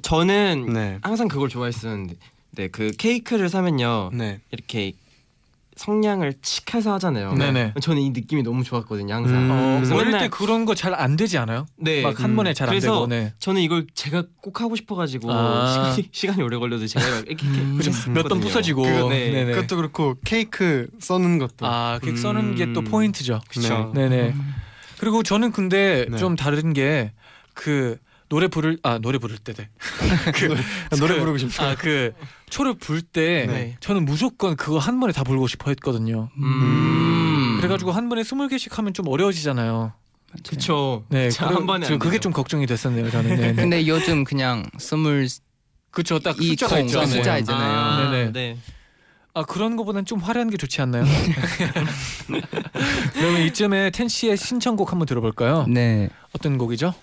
[SPEAKER 7] 저는
[SPEAKER 11] 네.
[SPEAKER 7] 항상 그걸 좋아했었는데 네, 그 케이크를 사면요.
[SPEAKER 11] 네.
[SPEAKER 7] 이렇게 성냥을 칙 해서 하잖아요.
[SPEAKER 3] 네네.
[SPEAKER 7] 저는 이 느낌이 너무 좋았거든요, 항상.
[SPEAKER 11] 음.
[SPEAKER 3] 어,
[SPEAKER 7] 그래서
[SPEAKER 3] 어릴
[SPEAKER 7] 맨날-
[SPEAKER 3] 때 그런 거 잘 안 되지 않아요?
[SPEAKER 7] 네.
[SPEAKER 3] 막 한
[SPEAKER 11] 음.
[SPEAKER 3] 번에 잘 안
[SPEAKER 7] 그래서
[SPEAKER 3] 되고. 네.
[SPEAKER 7] 저는 이걸 제가 꼭 하고 싶어 가지고
[SPEAKER 3] 아.
[SPEAKER 7] 시간이, 시간이 오래 걸려도 제가 막 이렇게 이렇게
[SPEAKER 6] 음.
[SPEAKER 7] 했었거든요.
[SPEAKER 3] 몇번 부서지고.
[SPEAKER 11] 그거-
[SPEAKER 7] 네.
[SPEAKER 3] 네네.
[SPEAKER 11] 그것도 그렇고 케이크 써는 것도
[SPEAKER 3] 아, 그 써는 게 또
[SPEAKER 7] 음.
[SPEAKER 3] 포인트죠.
[SPEAKER 11] 그쵸.
[SPEAKER 3] 네네. 그리고 저는 근데
[SPEAKER 11] 네.
[SPEAKER 3] 좀 다른 게 그 노래 부를 아 노래 부를 때네.
[SPEAKER 11] 아, 노래
[SPEAKER 3] 그-
[SPEAKER 11] 부르고 싶다.
[SPEAKER 3] 아그 초를 불 때
[SPEAKER 11] 네.
[SPEAKER 3] 저는 무조건 그거 한 번에 다 불고 싶어 했거든요.
[SPEAKER 7] 음.
[SPEAKER 3] 그래가지고 한 번에 스물 개씩 하면 좀 어려워지잖아요.
[SPEAKER 7] 그쵸.
[SPEAKER 3] 네,
[SPEAKER 7] 자,
[SPEAKER 3] 그래-
[SPEAKER 7] 한 번에
[SPEAKER 3] 저
[SPEAKER 7] 안
[SPEAKER 3] 그게
[SPEAKER 7] 돼요.
[SPEAKER 3] 좀 걱정이 됐었네요. 저는 네, 네.
[SPEAKER 6] 근데 요즘 그냥 스물
[SPEAKER 3] 그쵸, 딱
[SPEAKER 6] 이
[SPEAKER 3] 숫자가
[SPEAKER 6] 콩,
[SPEAKER 3] 네, 있잖아요.
[SPEAKER 6] 숫자 있잖아요.
[SPEAKER 7] 아,
[SPEAKER 3] 네네.
[SPEAKER 7] 네.
[SPEAKER 3] 아 그런 거보단 좀 화려한 게 좋지 않나요? 그러면 이쯤에 텐 씨의 신청곡 한번 들어볼까요?
[SPEAKER 6] 네그네 그,
[SPEAKER 3] 어떤 곡이죠?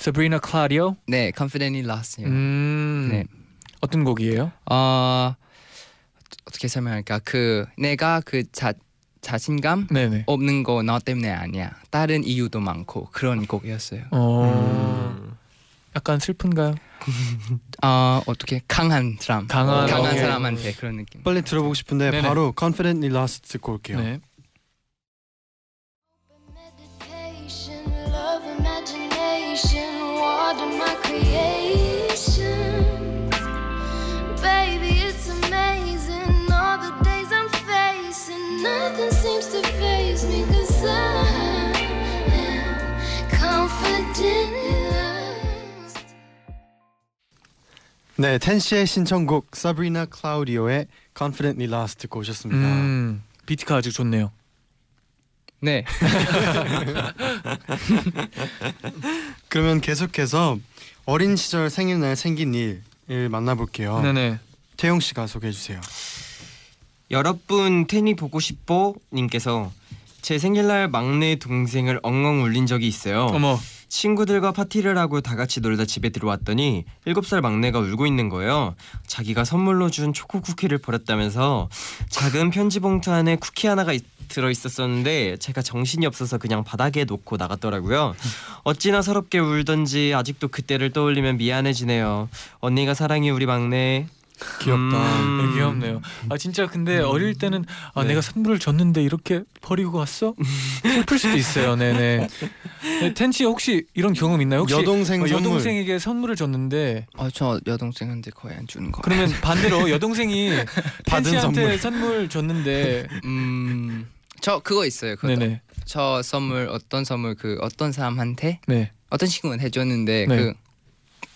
[SPEAKER 3] Sabrina Claudio.
[SPEAKER 6] 네, confidently last year.
[SPEAKER 3] 음,
[SPEAKER 6] 예. 네.
[SPEAKER 3] 어떤 곡이에요?
[SPEAKER 6] 어 어떻게 설명할까 그 내가 그 자 자신감
[SPEAKER 3] 네네.
[SPEAKER 6] 없는 거 너 때문에 아니야 다른 이유도 많고 그런 곡이었어요.
[SPEAKER 3] 어,
[SPEAKER 6] 음.
[SPEAKER 3] 약간 슬픈가요?
[SPEAKER 6] 아 어떻게 강한 사람
[SPEAKER 3] 강한- 아,
[SPEAKER 6] 강한
[SPEAKER 3] 오케이.
[SPEAKER 6] 사람한테 그런 느낌.
[SPEAKER 11] 빨리 들어보고 싶은데
[SPEAKER 3] 네네.
[SPEAKER 11] 바로 Confidently Lost 듣고 올게요.
[SPEAKER 3] 네.
[SPEAKER 4] Meditation, love, imagination, water, my creations. Baby, it's amazing. All the days I'm facing, nothing seems to phase me. Cause I am confidently lost.
[SPEAKER 11] 네, 텐시의 신청곡 Sabrina Claudio의 Confidently Lost 듣고 오셨습니다.
[SPEAKER 3] 음, 비트가 아주 좋네요.
[SPEAKER 6] 네.
[SPEAKER 11] 그러면 계속해서 어린 시절 생일날 생긴 일을 만나볼게요.
[SPEAKER 6] 어.
[SPEAKER 3] 네네.
[SPEAKER 11] 태용 씨가 소개해 주세요.
[SPEAKER 7] 여러분 테니 보고 싶어 님께서 제 생일날 막내 동생을 엉엉 울린 적이 있어요.
[SPEAKER 3] 어. 머
[SPEAKER 7] 친구들과 파티를 하고 다 같이 놀다 집에 들어왔더니 7살 막내가 울고 있는 거예요. 자기가 선물로 준 초코 쿠키를 버렸다면서 작은 편지 봉투 안에 쿠키 하나가 있- 들어 있었었는데 제가 정신이 없어서 그냥 바닥에 놓고 나갔더라고요. 어찌나 서럽게 울던지 아직도 그때를 떠올리면 미안해지네요. 언니가 사랑해 우리 막내.
[SPEAKER 11] 귀엽다.
[SPEAKER 7] 음.
[SPEAKER 3] 귀엽네요. 아 진짜 근데 어릴 때는 아
[SPEAKER 7] 네.
[SPEAKER 3] 내가 선물을 줬는데 이렇게 버리고 갔어? 슬플 수도 있어요. 네네. 네, 텐치 혹시 이런 경험 있나요? 혹시
[SPEAKER 11] 여동생
[SPEAKER 3] 어,
[SPEAKER 11] 선물.
[SPEAKER 3] 여동생에게 선물을 줬는데
[SPEAKER 6] 어저 여동생한테 거의 안 주는 거.
[SPEAKER 3] 그러면 반대로 여동생이
[SPEAKER 11] 받은
[SPEAKER 3] 텐치한테 선물 줬는데
[SPEAKER 6] 음저 그거 있어요. 그거
[SPEAKER 3] 네네
[SPEAKER 6] 저 선물 어떤 선물 그 어떤 사람한테
[SPEAKER 3] 네.
[SPEAKER 6] 어떤 친구는 해줬는데
[SPEAKER 3] 네.
[SPEAKER 6] 그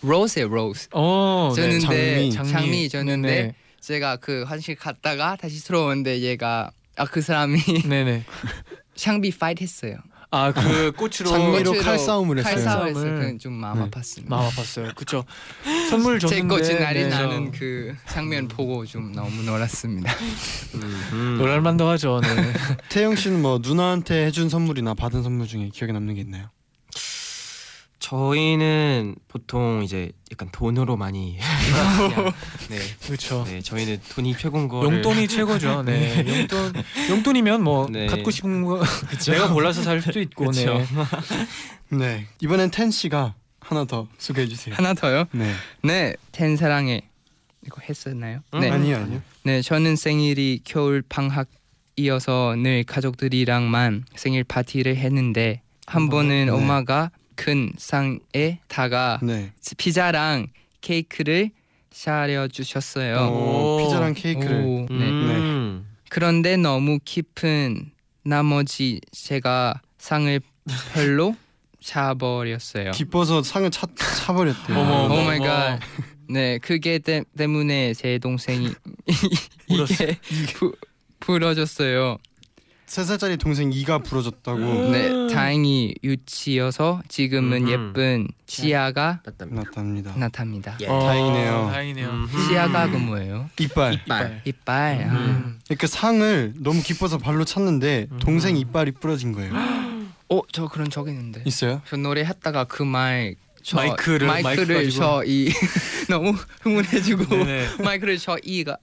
[SPEAKER 6] 로스에 로스
[SPEAKER 3] 어
[SPEAKER 6] 저는
[SPEAKER 11] 장미.
[SPEAKER 6] 장미, 장미 줬는데
[SPEAKER 3] 네네.
[SPEAKER 6] 제가 그 화장실 갔다가 다시 들어오는데 얘가 아 그 사람이
[SPEAKER 3] 네네.
[SPEAKER 6] 샹비 파이트 했어요.
[SPEAKER 3] 아 그 꽃으로
[SPEAKER 11] 장미로
[SPEAKER 6] 꽃으로
[SPEAKER 11] 칼싸움을 했어요.
[SPEAKER 6] 칼싸움을 했어요.
[SPEAKER 3] 칼싸움을.
[SPEAKER 6] 그건 좀 마음
[SPEAKER 11] 네.
[SPEAKER 6] 아팠습니다.
[SPEAKER 3] 마음 아팠어요. 그쵸. 선물
[SPEAKER 6] 제
[SPEAKER 3] 줬는데
[SPEAKER 6] 꽃이 날이
[SPEAKER 3] 네.
[SPEAKER 6] 나는 그 장면 보고 좀 너무 놀랐습니다.
[SPEAKER 7] 음.
[SPEAKER 3] 놀랄만도 하죠. 네.
[SPEAKER 11] 태영 씨는 뭐 누나한테 해준 선물이나 받은 선물 중에 기억에 남는 게 있나요?
[SPEAKER 7] 저희는 보통 이제 약간 돈으로 많이 그냥, 네,
[SPEAKER 3] 그렇죠.
[SPEAKER 7] 네 저희는 돈이 최고인 거
[SPEAKER 3] 용돈이 최고죠. 네. 용돈 용돈이면 뭐
[SPEAKER 7] 네.
[SPEAKER 3] 갖고 싶은 거 내가 골라서 살 수도 있고 네.
[SPEAKER 7] 그쵸.
[SPEAKER 11] 네 이번엔 텐 씨가 하나 더 소개해 주세요.
[SPEAKER 6] 하나 더요.
[SPEAKER 11] 네
[SPEAKER 6] 네, 텐 사랑해. 이거 했었나요? 네.
[SPEAKER 11] 아니요 아니요.
[SPEAKER 6] 네, 저는 생일이 겨울 방학 이어서 늘 가족들이랑만 생일 파티를 했는데 한 번은
[SPEAKER 11] 네.
[SPEAKER 6] 엄마가 큰 상에 다가
[SPEAKER 11] 네
[SPEAKER 6] 피자랑 케이크를 샤려 주셨어요.
[SPEAKER 11] 어, 피자랑 케이크를
[SPEAKER 6] 네.
[SPEAKER 7] 음.
[SPEAKER 6] 그런데 너무 깊은 나머지 제가 상을 별로 차버렸어요.
[SPEAKER 11] 기뻐서 상을 차 차버렸대요.
[SPEAKER 3] 어머, 어머.
[SPEAKER 6] 오 마이 갓. 네, 그게 때, 때문에 제 동생이 이게 부, 부러졌어요.
[SPEAKER 11] 세 살짜리 동생 이가 부러졌다고.
[SPEAKER 6] 네, 다행히 유치여서 지금은
[SPEAKER 7] 음.
[SPEAKER 3] 네.
[SPEAKER 6] 예쁜 치아가
[SPEAKER 7] 맞답니다.
[SPEAKER 11] 났답니다.
[SPEAKER 6] 나타납니다.
[SPEAKER 7] 예.
[SPEAKER 3] 어,
[SPEAKER 11] 다행이네요.
[SPEAKER 3] 다행이네요.
[SPEAKER 7] 음.
[SPEAKER 3] 음.
[SPEAKER 6] 치아가 그 뭐예요?
[SPEAKER 11] 이빨.
[SPEAKER 7] 이빨.
[SPEAKER 6] 이빨.
[SPEAKER 3] 음.
[SPEAKER 6] 아.
[SPEAKER 7] 음.
[SPEAKER 11] 이렇게 상을 너무 기뻐서 발로 찼는데 동생 이빨이 부러진 거예요.
[SPEAKER 6] 어, 저 그런 적 있는데.
[SPEAKER 11] 있어요?
[SPEAKER 6] 저 노래 했다가 그말
[SPEAKER 3] 네? 마이크를- 마이크
[SPEAKER 6] 마이크를
[SPEAKER 3] 가지고.
[SPEAKER 6] 저이 너무 흥분해주고
[SPEAKER 3] 네네.
[SPEAKER 6] 마이크를 저 이가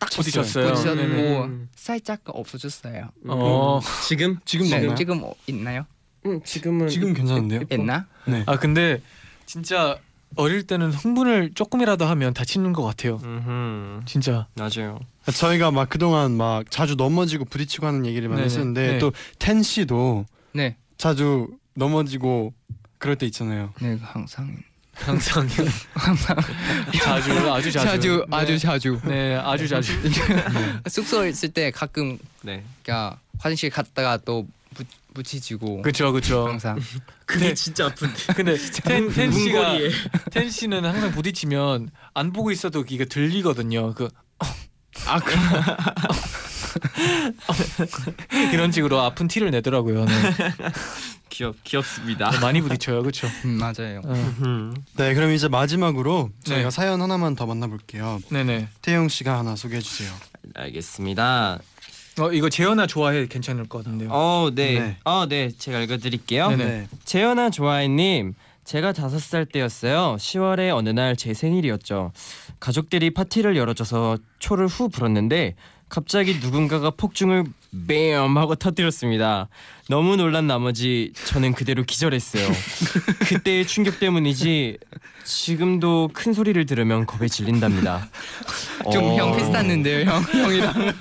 [SPEAKER 6] 딱
[SPEAKER 3] 부딪혔어요.
[SPEAKER 6] 부딪혔고
[SPEAKER 3] 네네.
[SPEAKER 7] 음.
[SPEAKER 6] 살짝 없어졌어요.
[SPEAKER 3] 어.
[SPEAKER 7] 지금
[SPEAKER 11] 지금
[SPEAKER 6] 지금
[SPEAKER 11] 나요?
[SPEAKER 6] 지금 어, 있나요?
[SPEAKER 7] 음, 지금은
[SPEAKER 11] 네. 지금 괜찮은데요?
[SPEAKER 6] 있나?
[SPEAKER 11] 네.
[SPEAKER 3] 아 근데 진짜 어릴 때는 흥분을 조금이라도 하면 다치는 것 같아요.
[SPEAKER 7] 음흠.
[SPEAKER 3] 진짜.
[SPEAKER 7] 맞아요.
[SPEAKER 11] 저희가 막 그동안 막 자주 넘어지고 부딪히고 하는 얘기를 많이
[SPEAKER 3] 네네.
[SPEAKER 11] 했었는데
[SPEAKER 3] 네.
[SPEAKER 11] 또텐 씨도
[SPEAKER 6] 네,
[SPEAKER 11] 자주 넘어지고 그럴 때 있잖아요.
[SPEAKER 6] 네 항상
[SPEAKER 3] 항상 자주 아주 자주
[SPEAKER 6] 자주 아주 자주
[SPEAKER 3] 네 아주 자주
[SPEAKER 6] 숙소에 있을 때 가끔
[SPEAKER 7] 네.
[SPEAKER 6] 그냥 화장실 갔다가 또 부, 부딪히고
[SPEAKER 3] 그렇죠 그렇죠
[SPEAKER 6] 항상
[SPEAKER 3] 근데
[SPEAKER 7] 진짜 아픈데.
[SPEAKER 3] 근데 텐, 텐 씨가 텐 씨는 항상 부딪히면 안 보고 있어도 이게 들리거든요 그 아, 그 이런 식으로 아픈 티를 내더라고요. 네.
[SPEAKER 7] 귀엽 귀엽습니다.
[SPEAKER 3] 많이 부딪혀요, 그렇죠?
[SPEAKER 6] 음, 맞아요.
[SPEAKER 7] 음.
[SPEAKER 11] 네, 그럼 이제 마지막으로
[SPEAKER 3] 네.
[SPEAKER 11] 저희가 사연 하나만 더 만나볼게요.
[SPEAKER 3] 네네.
[SPEAKER 11] 태영 씨가 하나 소개해 주세요.
[SPEAKER 7] 알겠습니다.
[SPEAKER 3] 어 이거 재현아 좋아해 괜찮을 것 같은데요.
[SPEAKER 7] 어, 네.
[SPEAKER 11] 네.
[SPEAKER 7] 어, 네. 제가 읽어 드릴게요.
[SPEAKER 3] 네네.
[SPEAKER 7] 재현아 좋아해님 제가 다섯 살 때였어요. 10월의 어느 날 제 생일이었죠. 가족들이 파티를 열어줘서 초를 후 불었는데 갑자기 누군가가 폭죽을 뱀 하고 터뜨렸습니다. 너무 놀란 나머지 저는 그대로 기절했어요. 그때의 충격 때문인지 지금도 큰 소리를 들으면 겁에 질린답니다. 어,
[SPEAKER 6] 좀형 비슷했는데요, 형 형이랑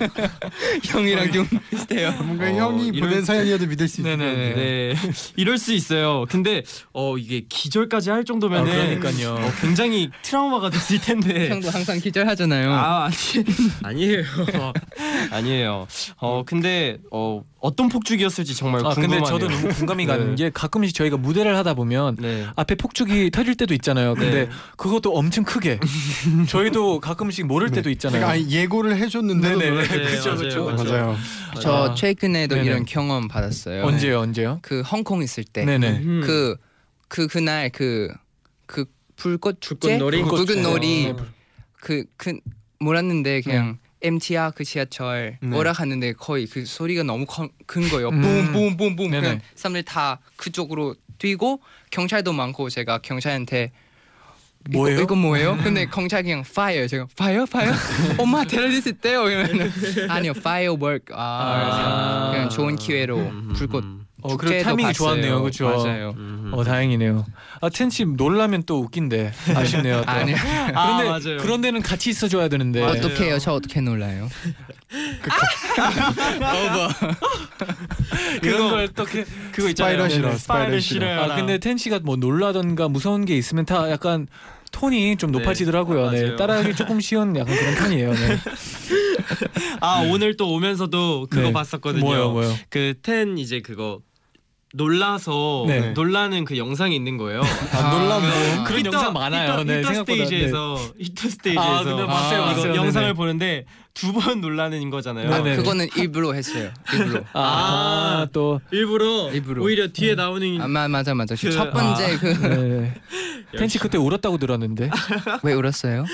[SPEAKER 6] 형이랑 좀 비슷해요.
[SPEAKER 11] 뭔가
[SPEAKER 7] 어,
[SPEAKER 11] 형이
[SPEAKER 7] 이럴-
[SPEAKER 11] 보낸 사연이어도 믿을 수 있는.
[SPEAKER 3] 네네네.
[SPEAKER 7] 네. 이럴 수 있어요. 근데 어 이게 기절까지 할 정도면
[SPEAKER 3] 아, 그러니까요.
[SPEAKER 7] 어, 굉장히 트라우마가 됐을 텐데.
[SPEAKER 6] 형도 항상 기절하잖아요.
[SPEAKER 7] 아 아니 아니에요 아니에요 어 근데 어 어떤 폭죽이었을지 정말
[SPEAKER 3] 아
[SPEAKER 7] 궁금하네요
[SPEAKER 3] 근데 저도 너무 공감이
[SPEAKER 7] 네.
[SPEAKER 3] 가는 게 가끔씩 저희가 무대를 하다 보면
[SPEAKER 7] 네
[SPEAKER 3] 앞에 폭죽이 터질 때도 있잖아요. 근데 그것도 엄청 크게. 저희도 가끔씩 모를 때도 있잖아요.
[SPEAKER 11] 그러니까 아니, 예고를 해줬는데도
[SPEAKER 3] 네네.
[SPEAKER 11] 놀라요.
[SPEAKER 7] 네,
[SPEAKER 3] 그쵸, 그쵸,
[SPEAKER 7] 맞아요,
[SPEAKER 3] 그쵸.
[SPEAKER 11] 맞아요.
[SPEAKER 6] 저
[SPEAKER 3] 아.
[SPEAKER 6] 최근에도
[SPEAKER 3] 네네.
[SPEAKER 6] 아, 이런 경험 받았어요.
[SPEAKER 3] 언제요, 언제요?
[SPEAKER 6] 그 홍콩 있을 때.
[SPEAKER 3] 네네.
[SPEAKER 7] 음.
[SPEAKER 6] 그, 그 그날 그, 그 불꽃 축제?
[SPEAKER 7] 불꽃놀이?
[SPEAKER 6] 붉은 놀이
[SPEAKER 3] 네, 불-
[SPEAKER 6] 그, 그 몰랐는데 그냥 MTR 그 지하철 오락하는데 거의 그 소리가 너무 커- 큰 거예요.
[SPEAKER 3] 네. 음.
[SPEAKER 6] 뿜뿜뿜뿜
[SPEAKER 3] 네네.
[SPEAKER 6] 그냥 사람들 다 그쪽으로 뛰고 경찰도 많고 제가 경찰한테
[SPEAKER 3] 뭐예요? 음.
[SPEAKER 6] 이거, 이거 뭐예요? 근데 경찰 그냥 fire 제가 fire fire 엄마 테러리스트 때요 이러면 아니요 firework 아,
[SPEAKER 7] 아.
[SPEAKER 6] 그래서 그냥 좋은 기회로 불꽃
[SPEAKER 3] 음, 어, 그래도
[SPEAKER 6] 축제도
[SPEAKER 3] 타이밍이
[SPEAKER 6] 봤어요.
[SPEAKER 3] 좋았네요, 그쵸?
[SPEAKER 6] 맞아요.
[SPEAKER 7] 음.
[SPEAKER 3] 어 다행이네요. 아 텐치 놀라면 또 웃긴데 아쉽네요. 또.
[SPEAKER 6] 아니
[SPEAKER 3] 그런데
[SPEAKER 7] 아, 맞아요.
[SPEAKER 3] 그런 데는 같이 있어줘야 되는데.
[SPEAKER 7] 아,
[SPEAKER 6] 어떻게 해요? 저 어떻게 놀라요?
[SPEAKER 3] 이런 걸 어떻게
[SPEAKER 7] 그거 있잖아요
[SPEAKER 11] 스파이럴 싫어,
[SPEAKER 7] 네,
[SPEAKER 11] 스파이럴
[SPEAKER 7] 스파이럴
[SPEAKER 11] 싫어.
[SPEAKER 7] 싫어요
[SPEAKER 3] 아 근데 텐씨가 뭐 놀라던가 무서운 게 있으면 다 약간 톤이 좀
[SPEAKER 7] 네.
[SPEAKER 3] 높아지더라고요.
[SPEAKER 7] 아,
[SPEAKER 3] 네.
[SPEAKER 7] 맞아요.
[SPEAKER 3] 따라하기 조금 쉬운 약간 그런 편이에요. 네.
[SPEAKER 7] 아 오늘 또 오면서도 그거
[SPEAKER 3] 네.
[SPEAKER 7] 봤었거든요
[SPEAKER 3] 뭐요, 뭐요?
[SPEAKER 7] 그 그텐 이제 그거 놀라서
[SPEAKER 3] 네.
[SPEAKER 7] 놀라는 그 영상이 있는 거예요.
[SPEAKER 11] 아, 놀라운
[SPEAKER 3] 그런
[SPEAKER 7] 히터-
[SPEAKER 3] 영상 많아요.
[SPEAKER 7] 히터,
[SPEAKER 3] 네,
[SPEAKER 7] 히터
[SPEAKER 3] 생각보다.
[SPEAKER 7] 스테이지에서 히터 스테이지에서
[SPEAKER 3] 아, 근데 봤어요,
[SPEAKER 7] 이거
[SPEAKER 3] 봤어요.
[SPEAKER 7] 영상을
[SPEAKER 3] 네네.
[SPEAKER 7] 보는데 두 번 놀라는 거잖아요.
[SPEAKER 3] 네네.
[SPEAKER 6] 그거는 일부러 했어요. 일부러.
[SPEAKER 3] 아, 또
[SPEAKER 7] 일부러,
[SPEAKER 6] 일부러.
[SPEAKER 7] 오히려 뒤에 나오는
[SPEAKER 6] 아, 마, 맞아 맞아. 그
[SPEAKER 7] 그-
[SPEAKER 6] 첫 번째
[SPEAKER 3] 네. 펜치 그때 울었다고 들었는데
[SPEAKER 6] 그 왜 울었어요?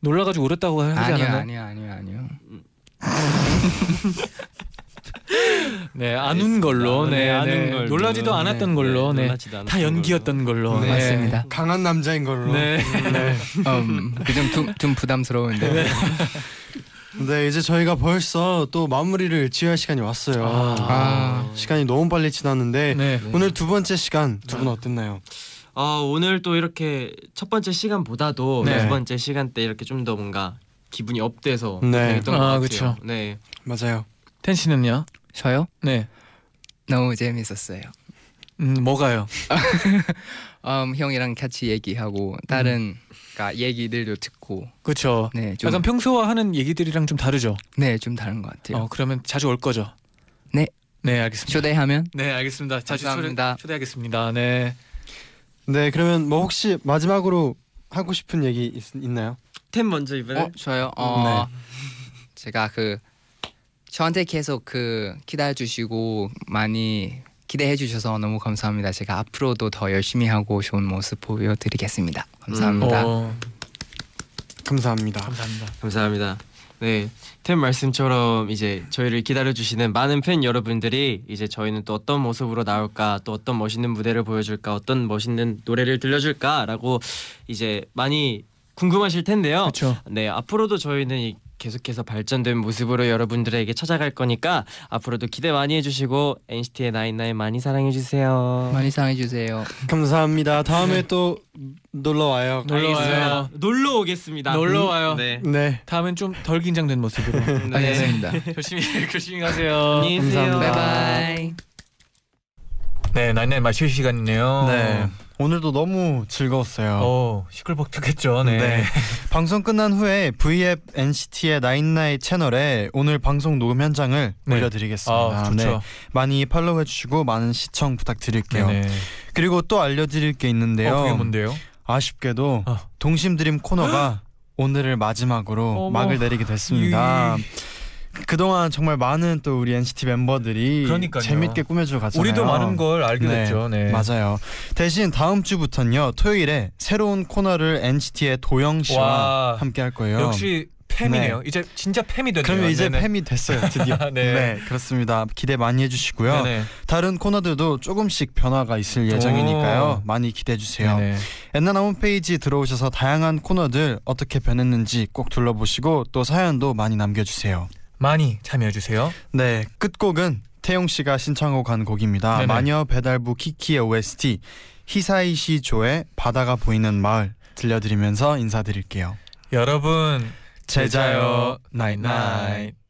[SPEAKER 3] 놀라가지고 울었다고 하지
[SPEAKER 6] 아니요
[SPEAKER 3] 않았나요?
[SPEAKER 6] 아니요 아니요 아니요.
[SPEAKER 3] 네, 안 운 걸로. 네,
[SPEAKER 7] 네, 안
[SPEAKER 3] 네.
[SPEAKER 7] 운 걸로.
[SPEAKER 3] 놀라지도 않았던
[SPEAKER 6] 네,
[SPEAKER 3] 걸로. 네,
[SPEAKER 7] 놀라지도 않았던
[SPEAKER 3] 다 연기였던 걸로.
[SPEAKER 6] 네, 맞습니다.
[SPEAKER 11] 강한 남자인 걸로.
[SPEAKER 3] 네.
[SPEAKER 6] 음, 그좀좀 좀 부담스러운데.
[SPEAKER 11] 네 이제 저희가 벌써 또 마무리를 지어야 할 시간이 왔어요.
[SPEAKER 6] 아.
[SPEAKER 11] 시간이 너무 빨리 지났는데
[SPEAKER 3] 네.
[SPEAKER 11] 오늘 두 번째 시간 두 분 어땠나요?
[SPEAKER 7] 아 오늘 또 이렇게 첫 번째 시간보다도
[SPEAKER 3] 네.
[SPEAKER 7] 두 번째 시간 때 이렇게 좀 더 뭔가 기분이 업돼서
[SPEAKER 11] 네.
[SPEAKER 7] 했던 것
[SPEAKER 3] 아,
[SPEAKER 7] 같아요.
[SPEAKER 3] 그쵸.
[SPEAKER 7] 네.
[SPEAKER 11] 맞아요.
[SPEAKER 3] 텐씨는요?
[SPEAKER 6] 저요?
[SPEAKER 3] 네.
[SPEAKER 6] 너무 재밌었어요.
[SPEAKER 3] 음, 뭐가요?
[SPEAKER 6] 음, 형이랑 같이 얘기하고 다른 가 얘기들도 듣고
[SPEAKER 3] 그렇죠.
[SPEAKER 6] 네,
[SPEAKER 3] 음.
[SPEAKER 6] 좀,
[SPEAKER 3] 약간 평소와 하는 얘기들이랑 좀 다르죠.
[SPEAKER 6] 네, 좀 다른 것 같아요.
[SPEAKER 3] 어, 그러면 자주 올 거죠.
[SPEAKER 6] 네.
[SPEAKER 3] 네, 알겠습니다.
[SPEAKER 6] 초대하면
[SPEAKER 3] 네, 알겠습니다. 자주
[SPEAKER 6] 감사합니다.
[SPEAKER 3] 초대, 초대하겠습니다. 네.
[SPEAKER 11] 네 그러면 뭐 혹시 마지막으로 하고 싶은 얘기 있, 나요
[SPEAKER 7] 템 먼저
[SPEAKER 11] 네.
[SPEAKER 7] 이번에
[SPEAKER 6] 어, 저요. 어, 제가 그 저한테 계속 그 기다려 주시고 많이 기대해 주셔서 너무 감사합니다. 제가 앞으로도 더 열심히 하고 좋은 모습 보여드리겠습니다. 감사합니다.
[SPEAKER 11] 음.
[SPEAKER 3] 어,
[SPEAKER 11] 감사합니다.
[SPEAKER 3] 감사합니다.
[SPEAKER 7] 감사합니다. 네, 템 말씀처럼 이제 저희를 기다려주시는 많은 팬 여러분들이 이제 저희는 또 어떤 모습으로 나올까, 또 어떤 멋있는 무대를 보여줄까, 어떤 멋있는 노래를 들려줄까라고 이제 많이 궁금하실 텐데요.
[SPEAKER 3] 그렇죠.
[SPEAKER 7] 네, 앞으로도 저희는 이- 계속해서 발전된 모습으로 여러분들에게 찾아갈 거니까 앞으로도 기대 많이 해주시고 NCT의 99 많이 사랑해주세요.
[SPEAKER 6] 많이 사랑해 주세요.
[SPEAKER 11] 감사합니다. 다음에 또 놀러 와요.
[SPEAKER 3] 놀러 와요.
[SPEAKER 7] 놀러 오겠습니다.
[SPEAKER 3] 놀러 와요.
[SPEAKER 7] 네.
[SPEAKER 11] 네.
[SPEAKER 3] 다음엔 좀 덜 긴장된 모습으로.
[SPEAKER 7] 네.
[SPEAKER 6] 알겠습니다.
[SPEAKER 3] 조심히 조심히 가세요.
[SPEAKER 7] 안녕히 계세요.
[SPEAKER 11] 감사합니다.
[SPEAKER 6] 바이바이.
[SPEAKER 12] 네, 나이나이 마실 시간이네요.
[SPEAKER 2] 네. 오늘도 너무 즐거웠어요.
[SPEAKER 12] 어, 시끌벅적했죠. 네.
[SPEAKER 2] 네. 방송 끝난 후에 V앱 NCT의 나인나이 채널에 오늘 방송 녹음 현장을
[SPEAKER 12] 네.
[SPEAKER 2] 올려드리겠습니다. 네.
[SPEAKER 12] 아, 좋죠.
[SPEAKER 2] 많이 팔로우 해주시고 많은 시청 부탁드릴게요.
[SPEAKER 12] 네.
[SPEAKER 2] 그리고 또 알려드릴 게 있는데요.
[SPEAKER 12] 어, 그게 뭔데요?
[SPEAKER 2] 아쉽게도
[SPEAKER 12] 어.
[SPEAKER 2] 동심드림 코너가 오늘을 마지막으로
[SPEAKER 3] 어머.
[SPEAKER 2] 막을 내리게 됐습니다. 그동안 정말 많은 또 우리 NCT 멤버들이
[SPEAKER 12] 그러니까요.
[SPEAKER 2] 재밌게 꾸며주고 갔잖아요.
[SPEAKER 12] 우리도 많은 걸 알게
[SPEAKER 2] 네,
[SPEAKER 12] 됐죠. 네.
[SPEAKER 2] 맞아요. 대신 다음 주부터는요 토요일에 새로운 코너를 NCT의 도영 씨와
[SPEAKER 12] 와.
[SPEAKER 2] 함께 할 거예요.
[SPEAKER 12] 역시 팸이네요. 이제 진짜 팸이 됐네요.
[SPEAKER 2] 그러면 이제
[SPEAKER 12] 네네.
[SPEAKER 2] 팸이 됐어요 드디어.
[SPEAKER 12] 네.
[SPEAKER 2] 네. 그렇습니다. 기대 많이 해주시고요.
[SPEAKER 12] 네네.
[SPEAKER 2] 다른 코너들도 조금씩 변화가 있을 예정이니까요. 많이 기대해 주세요.
[SPEAKER 12] 네네.
[SPEAKER 2] 엔나나 홈페이지 들어오셔서 다양한 코너들 어떻게 변했는지 꼭 둘러보시고 또 사연도 많이 남겨주세요.
[SPEAKER 12] 많이 참여해 주세요.
[SPEAKER 2] 네, 끝곡은 태용 씨가 신청하고 간 곡입니다.
[SPEAKER 12] 네네.
[SPEAKER 2] 마녀 배달부 키키의 OST 히사이시 조의 바다가 보이는 마을 들려드리면서 인사드릴게요.
[SPEAKER 12] 여러분
[SPEAKER 2] 제자요 나잇나잇
[SPEAKER 12] 나잇.